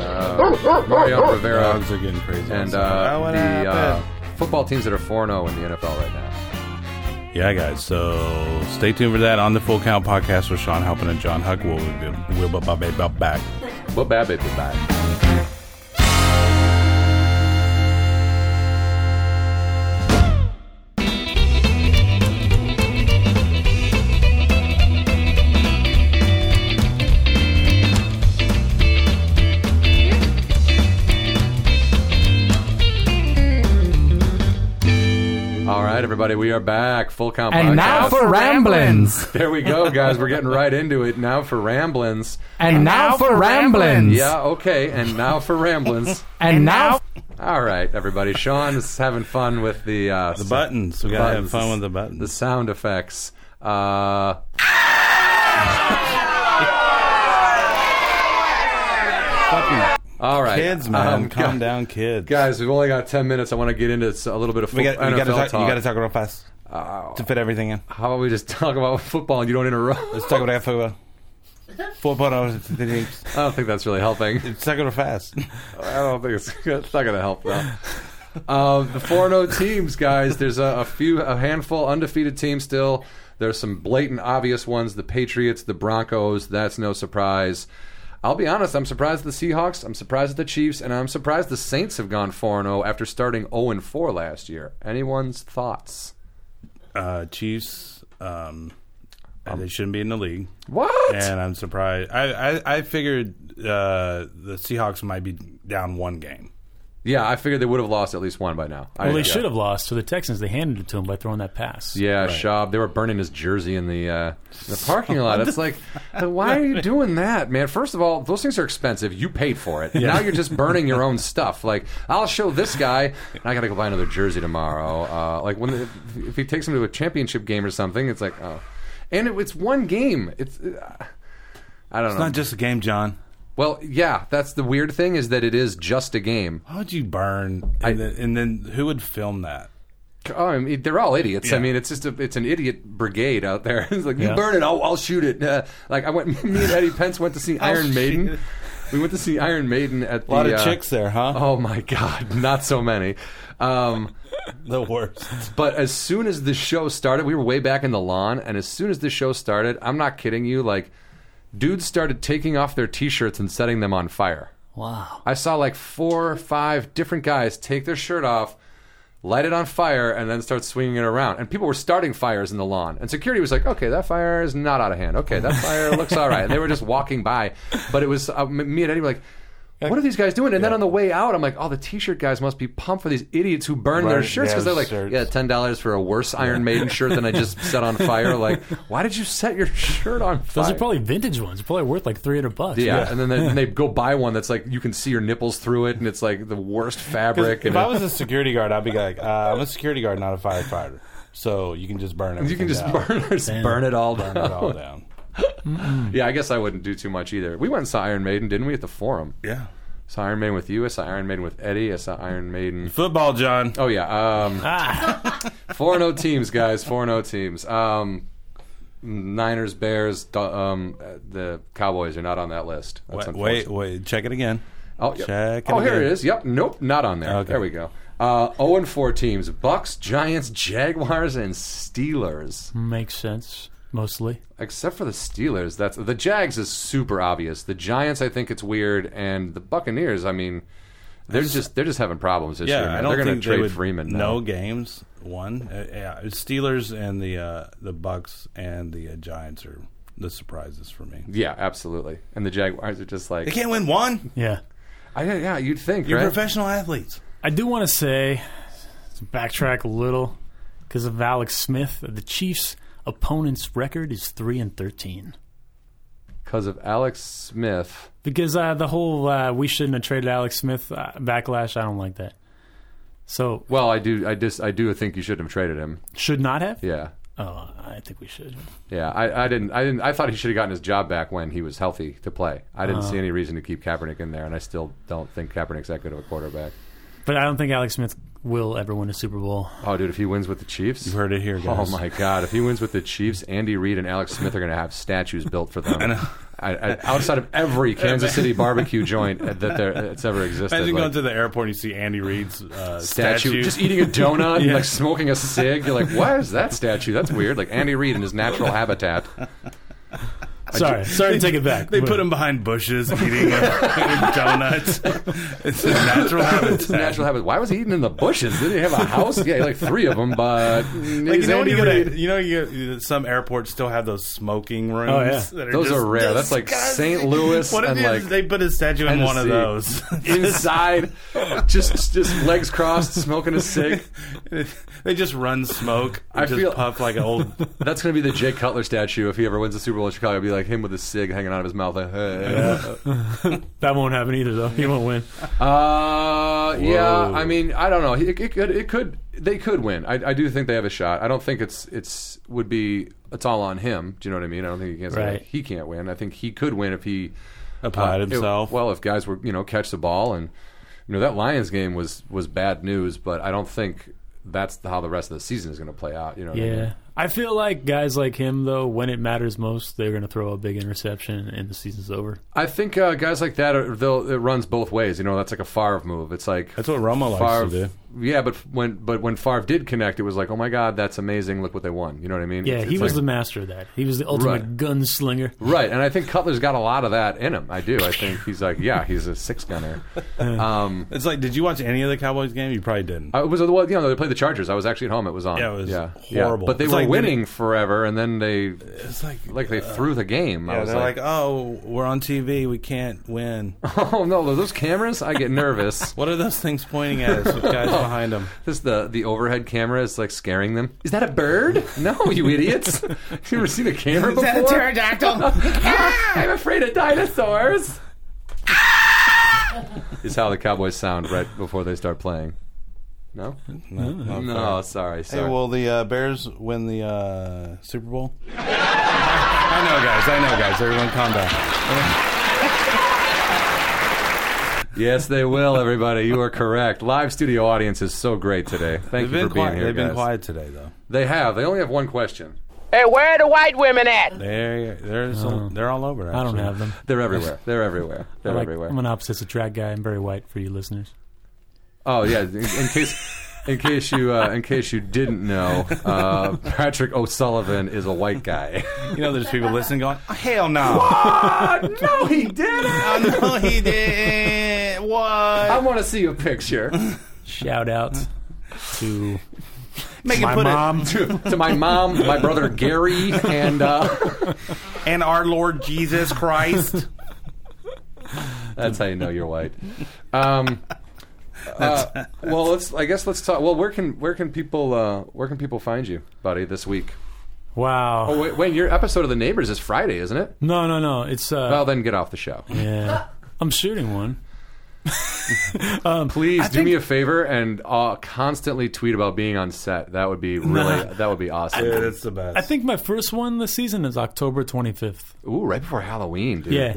S3: uh, Mario Rivera,
S1: Dogs are getting crazy.
S3: and
S1: outside. Oh,
S3: uh,
S1: what
S3: the uh,
S1: happened?
S3: football teams that are 4 0 in the NFL right now.
S1: Yeah, guys. So stay tuned for that on the Full Count Podcast with Sean Halpin and John Huck. We'll be, we'll be- be be back.
S3: But bad baby, bye. All right, everybody, we are back. Full count. podcast.
S4: And now for ramblings.
S3: there we go, guys. We're getting right into it now for ramblings.
S4: And now for ramblings.
S3: Yeah, okay. And now for ramblings.
S4: And now.
S3: All right, everybody. Sean is having fun with the uh,
S1: The buttons. We gotta have
S3: buttons.
S1: fun with the
S3: the
S1: buttons.
S3: sound effects. Uh, all right,
S1: Kids, man,
S3: Um,
S1: calm
S3: gu-
S1: down, kids.
S3: Guys, we've only got ten minutes. I want to get into s- a little bit of
S1: we
S3: football.
S1: got, we gotta
S3: NFL
S1: talk,
S3: talk.
S1: You got to talk Oh. real fast to fit everything in.
S3: How about we just [LAUGHS] talk about football and you don't interrupt?
S1: Let's talk about football. Football [LAUGHS] of the teams.
S3: I don't think that's
S1: [LAUGHS]
S3: really helping.
S1: Let's talk real fast.
S3: I don't think it's, [LAUGHS] it's not going to help though. [LAUGHS] Um, the four no teams, guys. There's a, a few, a handful undefeated teams still. There's some blatant, obvious ones: the Patriots, the Broncos. That's no surprise. I'll be honest. I'm surprised the Seahawks. I'm surprised the Chiefs, and I'm surprised the Saints have gone four zero after starting zero four last year. Anyone's thoughts?
S1: Uh, Chiefs. Um, they shouldn't be in the league,
S3: What?
S1: and I'm surprised. I I, I figured uh, the Seahawks might be down one game.
S3: Yeah, I figured they would have lost at least one by now. I-
S5: Well, they
S3: yeah.
S5: should have lost to the Texans. They handed it to him by throwing that pass.
S3: Yeah, Schaub. They were burning his jersey in the uh, in
S1: [LAUGHS]
S3: the parking lot. It's like, why are you doing that, man? First of all, those things are expensive. You paid for it. Now you're just burning
S1: [LAUGHS]
S3: your own stuff. Like, I'll show this guy, and I got to go buy another jersey tomorrow. Uh, like when if, if he takes him to a championship game or something, it's like, oh, and it, it's one game. It's. Uh, I don't
S1: It's
S3: know.
S1: not just a game, John.
S3: well, yeah, that's the weird thing is that it is just a game.
S1: How would you burn? And,
S3: I-
S1: then, and then who would film that?
S3: Oh, I mean, they're all idiots. I
S1: Yeah.
S3: mean, it's just a, it's an idiot brigade out there. [LAUGHS] it's like you burn it, I'll, I'll shoot it. Uh, like I went, [LAUGHS] me and Eddie Pence went
S1: [LAUGHS]
S3: to see Iron
S1: shoot
S3: Maiden.
S1: it.
S3: We went to see Iron Maiden at the
S1: A lot of
S3: uh,
S1: chicks there, huh?
S3: Oh my God, [LAUGHS] not so many. Um,
S1: The worst.
S3: But as soon as the show started, we were way back in the lawn, and as soon as the show started, I'm not kidding you, like dudes started taking off their t-shirts and setting them on fire.
S5: Wow.
S3: I saw like four or five different guys take their shirt off, light it on fire, and then start swinging it around. And people were starting fires in the lawn. And security was like, okay, that fire is not out of hand. Okay, that fire looks all right. And they were just walking by. But it was uh, m- me and Eddie were like, what are these guys doing? And then on the way out, I'm like, oh, the t-shirt guys must be pumped for these idiots who burn their
S1: Burn
S3: shirts because
S1: their
S3: they're like,
S1: shirts.
S3: yeah, ten dollars for a worse Iron Maiden shirt than I
S5: [LAUGHS]
S3: just set on fire. Like, why did you set your shirt on fire?
S5: Those are probably vintage ones. They're probably worth like 300 bucks.
S3: Yeah, and then they, and
S5: [LAUGHS]
S3: they go buy one that's like you can see your nipples through it, and it's like the worst fabric.
S1: If
S3: And
S1: I
S3: it-
S1: was a security guard, I'd be like, uh, I'm a security guard, not a firefighter. So you can just burn it.
S3: [LAUGHS] you can just burn, just
S5: Damn.
S3: burn it all down.
S1: burn it all down.
S3: Yeah, I guess I wouldn't do too much either. We went and saw Iron Maiden, didn't we, at the Forum?
S1: Yeah.
S3: Saw Iron Maiden with you. I saw Iron Maiden with Eddie. I saw Iron Maiden.
S1: Football, John.
S3: Oh yeah, um,
S5: Ah,
S3: [LAUGHS] four and O teams, guys. Four and O teams. Um, Niners, Bears, do- um, the Cowboys are not on that list. That's
S1: Wait, wait,
S3: unfortunate.
S1: wait, check it again.
S3: Oh, yep.
S1: Check it
S3: oh here
S1: again.
S3: it is. Yep. Nope. Not on there.
S1: Okay.
S3: There we go. Uh, 0 and 4 teams Bucks, Giants, Jaguars, and Steelers.
S1: Hmm.
S5: makes sense mostly.
S3: Except for the Steelers. That's The Jags is super obvious. The Giants, I think it's weird. And the Buccaneers, I mean. They're just they're just having problems this year.
S1: Yeah,
S3: man.
S1: I don't
S3: they're going
S1: think
S3: to trade
S1: they would
S3: Freeman. now.
S1: No games. One. Uh, yeah, it's Steelers and the uh, the Bucks and the uh, Giants are the surprises for me.
S3: Yeah, absolutely. And the Jaguars are just
S1: They
S3: like
S1: can't win one.
S5: Yeah.
S3: I, yeah, you'd think
S1: You're
S3: right?
S1: professional athletes.
S5: I do want to say, to backtrack a little, because of Alex Smith, the Chiefs' opponent's record is 3 and 13.
S3: because of Alex Smith.
S5: Because uh, the whole uh, we shouldn't have traded Alex Smith uh, backlash, I don't like that. So,
S3: Well, I do I just I do think you shouldn't have traded him.
S5: should not have?
S3: Yeah.
S5: Oh, I think we should.
S3: Yeah, I, I didn't. I didn't. I thought he should have gotten his job back when he was healthy to play. I didn't
S1: Uh-huh.
S3: see any reason to keep Kaepernick in there, and I still don't think Kaepernick's that good of a quarterback.
S5: But I don't think Alex Smith will ever win a Super Bowl.
S3: Oh, dude, if he wins with the Chiefs,
S1: You heard it here,
S3: oh
S1: guys.
S3: my God, if he wins with the Chiefs, Andy Reid and Alex Smith are going to have statues built for them. I I- outside of every Kansas City barbecue joint that there that's ever existed.
S1: Imagine
S3: like,
S1: going to the airport and you see Andy Reid's uh,
S3: statue,
S1: statue.
S3: just eating a
S1: [LAUGHS]
S3: donut and like smoking a cig. You're like, why is that statue? That's weird. Like Andy Reid in his natural habitat.
S5: Sorry, sorry to take it
S1: [LAUGHS]
S5: back.
S1: they put him behind bushes eating uh, [LAUGHS] donuts. It's his natural habitat.
S3: It's a natural habit. Why was he eating in the bushes? Did he have a house? Yeah, like three of them, but
S1: Like,
S3: he's
S1: you know, when
S3: Andy
S1: you, go to,
S3: Reid.
S1: you know, you go- some airports still have those smoking rooms.
S5: Oh, yeah.
S1: that
S3: Those
S1: just
S3: are rare. That's like
S1: disgusting.
S3: St. Louis
S1: What if
S3: and,
S1: they-
S3: like,
S1: they put his statue in one of
S3: Tennessee.
S1: those?
S3: [LAUGHS] inside, just just legs crossed, smoking a cig.
S1: [LAUGHS] they just run smoke.
S3: I
S1: I just
S3: feel-
S1: puff like an old.
S3: [LAUGHS] That's gonna be the Jay Cutler statue if he ever wins the Super Bowl in Chicago. It'll be like him with a cig hanging out of his mouth. Like, hey.
S5: That won't happen either, though. He
S1: [LAUGHS]
S5: won't win.
S3: Uh, yeah.
S1: Whoa.
S3: I mean, I don't know. It, it could. It could. They could win. I, I do think they have a shot. I don't think it's it's would be it's all on him. Do you know what I mean? I don't think he can say
S5: Right.
S3: he can't win. I think he could win if he
S1: Applied
S3: uh, it-
S1: himself.
S3: well, if guys were you know catch the ball and you know that Lions game was was bad news, but I don't think that's how the rest of the season is going to play out. You know? What I mean?
S5: Yeah. I feel like guys like him, though, when it matters most, they're going to throw a big interception and the season's over.
S3: I think uh, guys like that, are, they'll, it runs both ways. You know, that's like a Favre move. It's like
S1: That's what Romo likes to do.
S3: Yeah, but f- when but when Favre did connect, it was like, oh my god, that's amazing! Look what they won. You know what I mean?
S5: Yeah,
S3: It's-
S5: he
S3: it's
S5: was
S3: like-
S5: the master of that. He was the ultimate
S3: Right.
S5: gunslinger.
S3: right, and I think Cutler's got a lot of that in him. I do. I think he's like, yeah, he's a six gunner. um,
S1: It's like, did you watch any of the Cowboys game? You probably didn't.
S3: I was well, you know, they played the Chargers. I was actually at home. It was on.
S1: Yeah, it was
S3: yeah.
S1: horrible.
S3: But they
S1: It's
S3: were
S1: like they-
S3: winning forever, and then they
S1: It's like,
S3: like they threw the game. I
S1: yeah,
S3: was
S1: they're like, oh, we're on TV. We can't win.
S3: [LAUGHS] oh no, are those cameras! I get nervous. [LAUGHS]
S1: What are those things pointing at us with guys [LAUGHS] behind them?
S3: This the the overhead camera is like scaring them. Is that a bird? No, you idiots! [LAUGHS] you ever seen a camera before?
S2: pterodactyl?
S3: I'm afraid of dinosaurs. [LAUGHS] is how the Cowboys sound right before they start playing. No,
S1: No, no,
S3: no, sorry, sorry.
S1: Hey, will the uh, Bears win the uh, Super Bowl? I I know, guys. I know, guys. Everyone, calm down.
S3: Yes, they will, everybody. You are correct. Live studio audience is so great today. Thank
S1: They've
S3: you
S1: been
S3: for being
S1: quiet.
S3: here,
S1: They've
S3: guys.
S1: been quiet today, though.
S3: They have. They only have one question.
S6: Hey, where are the white women at?
S1: They're there's they're all over. Actually.
S5: I don't have them.
S3: They're everywhere. They're everywhere. They're
S5: I like-
S3: everywhere.
S5: I'm an opposites attract guy. I'm very white for you listeners.
S3: Oh yeah. In, in case, in case you, uh, in case you didn't know, uh, Patrick O'Sullivan is a white guy.
S1: You know, there's people listening going, oh, "Hell no!
S3: no, he
S1: [LAUGHS]
S3: didn't.
S1: I know he didn't. What?
S3: I want to see a picture
S5: Shout out to
S1: Make
S5: my
S1: it put
S5: mom.
S3: to, [LAUGHS] to my mom, my brother Gary, and uh, [LAUGHS]
S1: it and our Lord Jesus [LAUGHS] Christ.
S3: that's how you know you're white. Um, uh, well, let's. I guess let's talk. Well, where can where can people uh, where can people find you, buddy, this week?
S5: Wow.
S3: Oh, wait, wait, your episode of The Neighbors is Friday, isn't it?
S5: No, no, no. It's uh,
S3: Well, then get off the show.
S5: yeah. I'm shooting one.
S3: Please do me a favor and uh, constantly tweet about being on set. That would be really that would be awesome.
S1: Dude, it's the
S5: I
S1: best.
S5: think my first one this season is October 25th.
S3: Ooh, right before Halloween, dude.
S5: Yeah.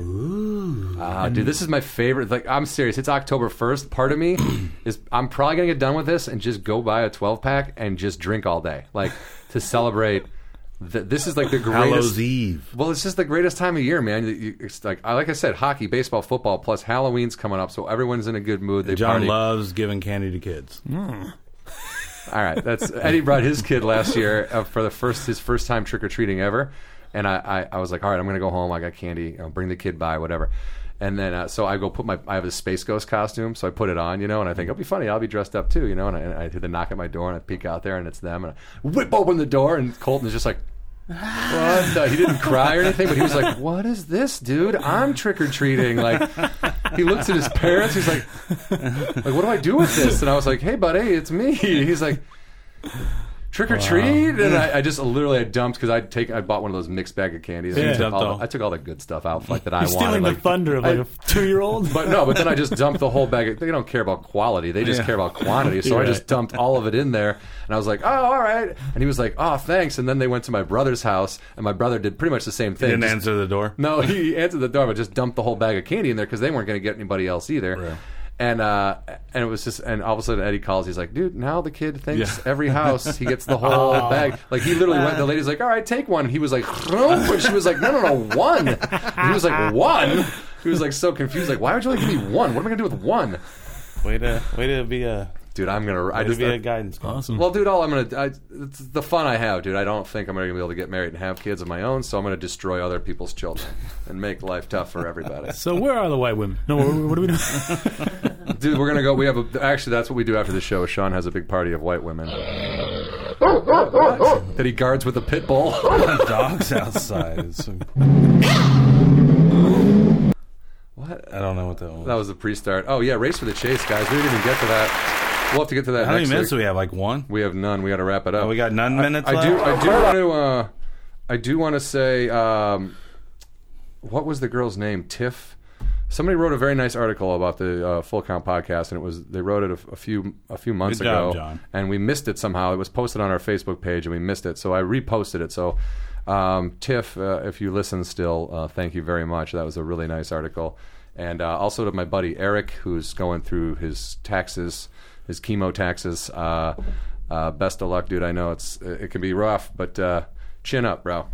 S3: Ah, dude, this is my favorite. Like, I'm serious. It's October first. Part of
S1: [CLEARS THROAT]
S3: me is I'm probably gonna get done with this and just go buy a 12 pack and just drink all day, like to celebrate. Th- this is like the greatest.
S1: Hallows Eve.
S3: Well, it's just the greatest time of year, man. You- you- It's like, I- like I said, hockey, baseball, football, plus Halloween's coming up, so everyone's in a good mood. They
S1: John
S3: party.
S1: loves giving candy to kids.
S3: All right, that's Eddie brought his kid last year uh, for the first his first time trick or treating ever, and I, I I was like, all right, I'm gonna go home. I got candy. I'll bring the kid by, whatever. And then uh, so I go put my I have a space ghost costume, so I put it on, you know, and I think it'll be funny. I'll be dressed up too, you know. And I, and I hear the knock at my door, and I peek out there, and it's them, and I whip open the door, and Colton is just like. What the? He didn't cry or anything, but he was like, "What is this, dude? I'm trick or treating." Like, he looks at his parents. He's like, like, what do I do with this? And I was like, hey, buddy, it's me. [LAUGHS] He's like, trick or treat. And I, I just literally I dumped because I take I bought one of those mixed bag of candies.
S5: Yeah.
S3: I, took all,
S1: Dumped all.
S3: I took all the good stuff out like that I
S5: You're stealing
S3: wanted.
S5: the
S3: like-
S5: thunder of like
S3: I-
S5: a two
S3: [LAUGHS]
S5: year old.
S3: but no, but then I just dumped the whole bag. Of, they don't care about quality; they just care about quantity. So I
S5: You're
S3: just
S5: right.
S3: dumped all of it in there, and I was like, "Oh, all right." And he was like, "Oh, thanks." And then they went to my brother's house, and my brother did pretty much the same thing.
S1: Didn't
S3: just-
S1: answer the door.
S3: no, he answered the door, but just dumped the whole bag of candy in there because they weren't going to get anybody else either. And uh, and it was just and all of a sudden Eddie calls. He's like, "Dude, now the kid thinks
S1: Yeah. Oh.
S3: every house he gets the
S1: [LAUGHS]
S3: whole bag. Like he literally went. The lady's like, "All right, take one." And he was like, "Nope," and she was like, "No, no, no, one." And he was like, "One." He was like so confused. Like, why would you only give me one? What am I gonna do with one?
S1: Way to way to be a
S3: Dude, I'm gonna.
S1: way
S3: I
S1: to
S3: just
S1: be a guidance. counselor.
S5: awesome.
S3: well, dude, all I'm gonna I, it's the fun I have, dude. I don't think I'm gonna be able to get married and have kids of my own, so I'm gonna destroy other people's children and make life tough for
S1: [LAUGHS]
S3: everybody.
S5: so where are the white women? No, what, what do
S3: [LAUGHS]
S5: we do?
S3: Dude, we're gonna go. We have a. Actually, that's what we do after the show. Sean has a big party of white women that he guards with a pit bull. [LAUGHS]
S1: Dogs outside. It's-
S3: what?
S1: I don't know what that was.
S3: That was the pre-start. Oh yeah, race for the chase, guys. We didn't even get to that. We'll have to get to that.
S1: How many
S3: next
S1: minutes do
S3: week.
S1: we have? Like one.
S3: We have none. We got to wrap it up.
S1: We got none minutes
S3: I
S1: left.
S3: do. I do want to. Uh, I do want to say. Um, what was the girl's name? Tiff. Somebody wrote a very nice article about the uh, Full Count podcast, and it was they wrote it a, a few a few months
S1: Good
S3: ago,
S1: job, John.
S3: and we missed it somehow. It was posted on our Facebook page, and we missed it, so I reposted it. So, um, Tiff, uh, if you listen still, uh, thank you very much. That was a really nice article, and uh, also to my buddy Eric, who's going through his taxes, his chemo taxes. Uh, uh, best of luck, dude. I know it's it can be rough, but uh, chin up, bro.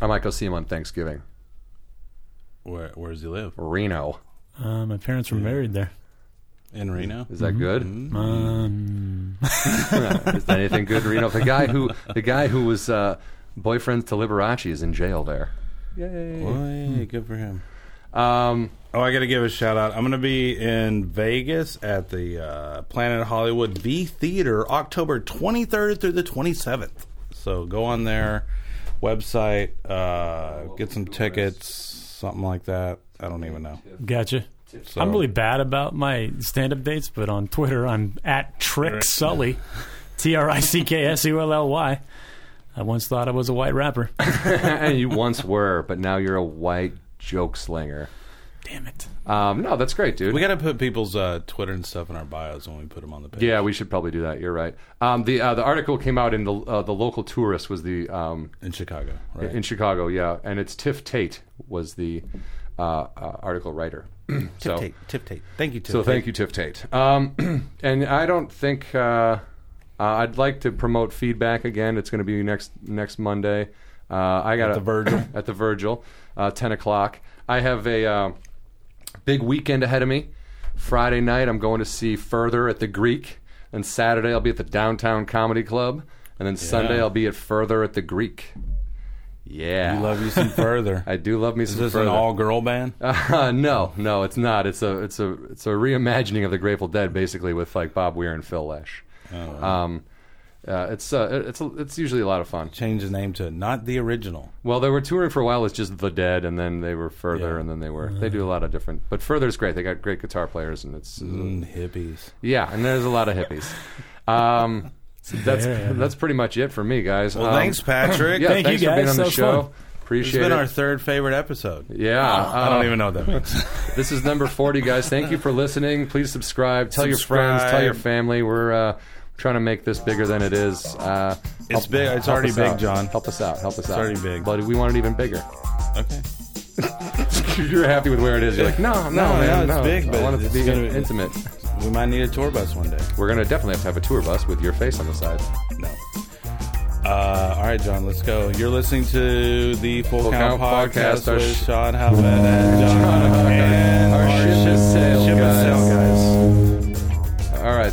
S3: I might go see him on Thanksgiving.
S1: Where, where does he live?
S3: Reno.
S5: Uh, my parents were married there.
S1: In Reno.
S3: Is that good?
S1: Mm-hmm.
S3: Mm.
S5: Um,
S3: Is that anything good in Reno? The guy who the guy who was uh, boyfriend to Liberace is in jail there. [LAUGHS]
S1: Boy, good for him.
S3: Um,
S1: Oh, I got to give a shout out. I'm going to be in Vegas at the uh, Planet Hollywood V Theater October 23rd through the 27th. So go on their website, uh, get some tickets, something like that. I don't even know.
S5: gotcha.
S1: So-
S5: I'm really bad about my stand up dates, but on Twitter, I'm at Trick Sully. T R I C K S U L L Y. I once thought I was a white rapper.
S3: and you once were, but now you're a white joke slinger.
S5: Damn it.
S3: Um, no, that's great, dude.
S1: We got to put people's uh, Twitter and stuff in our bios when we put them on the page.
S3: yeah, we should probably do that. You're right. Um, the uh, the article came out in the uh, the local tourist was the um,
S1: in Chicago, right?
S3: in Chicago, yeah, and it's Tiff Tate was the uh, uh, article writer. [CLEARS THROAT] so
S1: Tip tape, tip tape. Thank you, tip
S3: So
S1: tape.
S3: thank you, Tiff Tate. Um, [CLEARS THROAT] and I don't think uh, uh, I'd like to promote feedback again. It's going to be next next Monday. Uh, I got
S1: the Virgil.
S3: [CLEARS THROAT] at the Virgil, uh, ten o'clock. I have a uh, big weekend ahead of me. Friday night, I'm going to see Further at the Greek, and Saturday I'll be at the Downtown Comedy Club, and then Sunday I'll be at Further at the Greek. Yeah,
S1: I love you some further.
S3: [LAUGHS] I do love me
S1: Is
S3: some
S1: this
S3: Further.
S1: an all-girl band?
S3: Uh, no, no, it's not. It's a it's a it's a reimagining of the Grateful Dead, basically with like Bob Weir and Phil Lesh.
S1: Oh.
S3: Um, uh, it's uh, it's it's usually a lot of fun.
S1: Change the name to not the original.
S3: Well, they were touring for a while as just the Dead, and then they were further,
S1: Yeah.
S3: and then they were they do a lot of different. But further's great. They got great guitar players, and it's
S1: Mm, hippies.
S3: yeah, and there's a lot
S1: [LAUGHS]
S3: of hippies. Um, that's that's pretty much it for me, guys.
S1: Well,
S3: Um,
S1: thanks, Patrick.
S3: [CLEARS THROAT] Yeah,
S5: Thank you,
S3: thanks for being
S5: guys.
S3: on the
S5: That was
S3: show.
S5: fun.
S1: It's
S3: Appreciate
S1: been
S3: it.
S1: our third favorite episode.
S3: yeah,
S1: [LAUGHS] I
S3: uh,
S1: don't even know what that [LAUGHS] means.
S3: [LAUGHS] This is number 40, guys. Thank you for listening. Please subscribe. Tell your friends.
S1: Subscribe.
S3: Tell your family. We're uh, trying to make this bigger than it is. Uh,
S1: It's big. It's already
S3: us
S1: big,
S3: out.
S1: John.
S3: Help us out. Help us out.
S1: already big.
S3: But we want it even bigger. [LAUGHS]
S1: Okay.
S3: You're happy with where it is. You're like, no, no,
S1: No,
S3: man,
S1: no, it's
S3: no.
S1: big,
S3: I
S1: but
S3: want it to
S1: it's
S3: be
S1: gonna be-
S3: intimate.
S1: We might need a tour bus one day.
S3: We're going to definitely have to have a tour bus with your face on the side.
S1: No. Uh, all right, John, let's go. You're listening to the Full,
S3: Full
S1: Count,
S3: Count
S1: Podcast,
S3: Podcast. Our
S1: with
S3: sh-
S1: Sean Howman and John Huck and
S3: Our ship is
S1: ship
S3: sailed,
S1: is
S3: guys.
S1: sailed, guys.
S3: All right.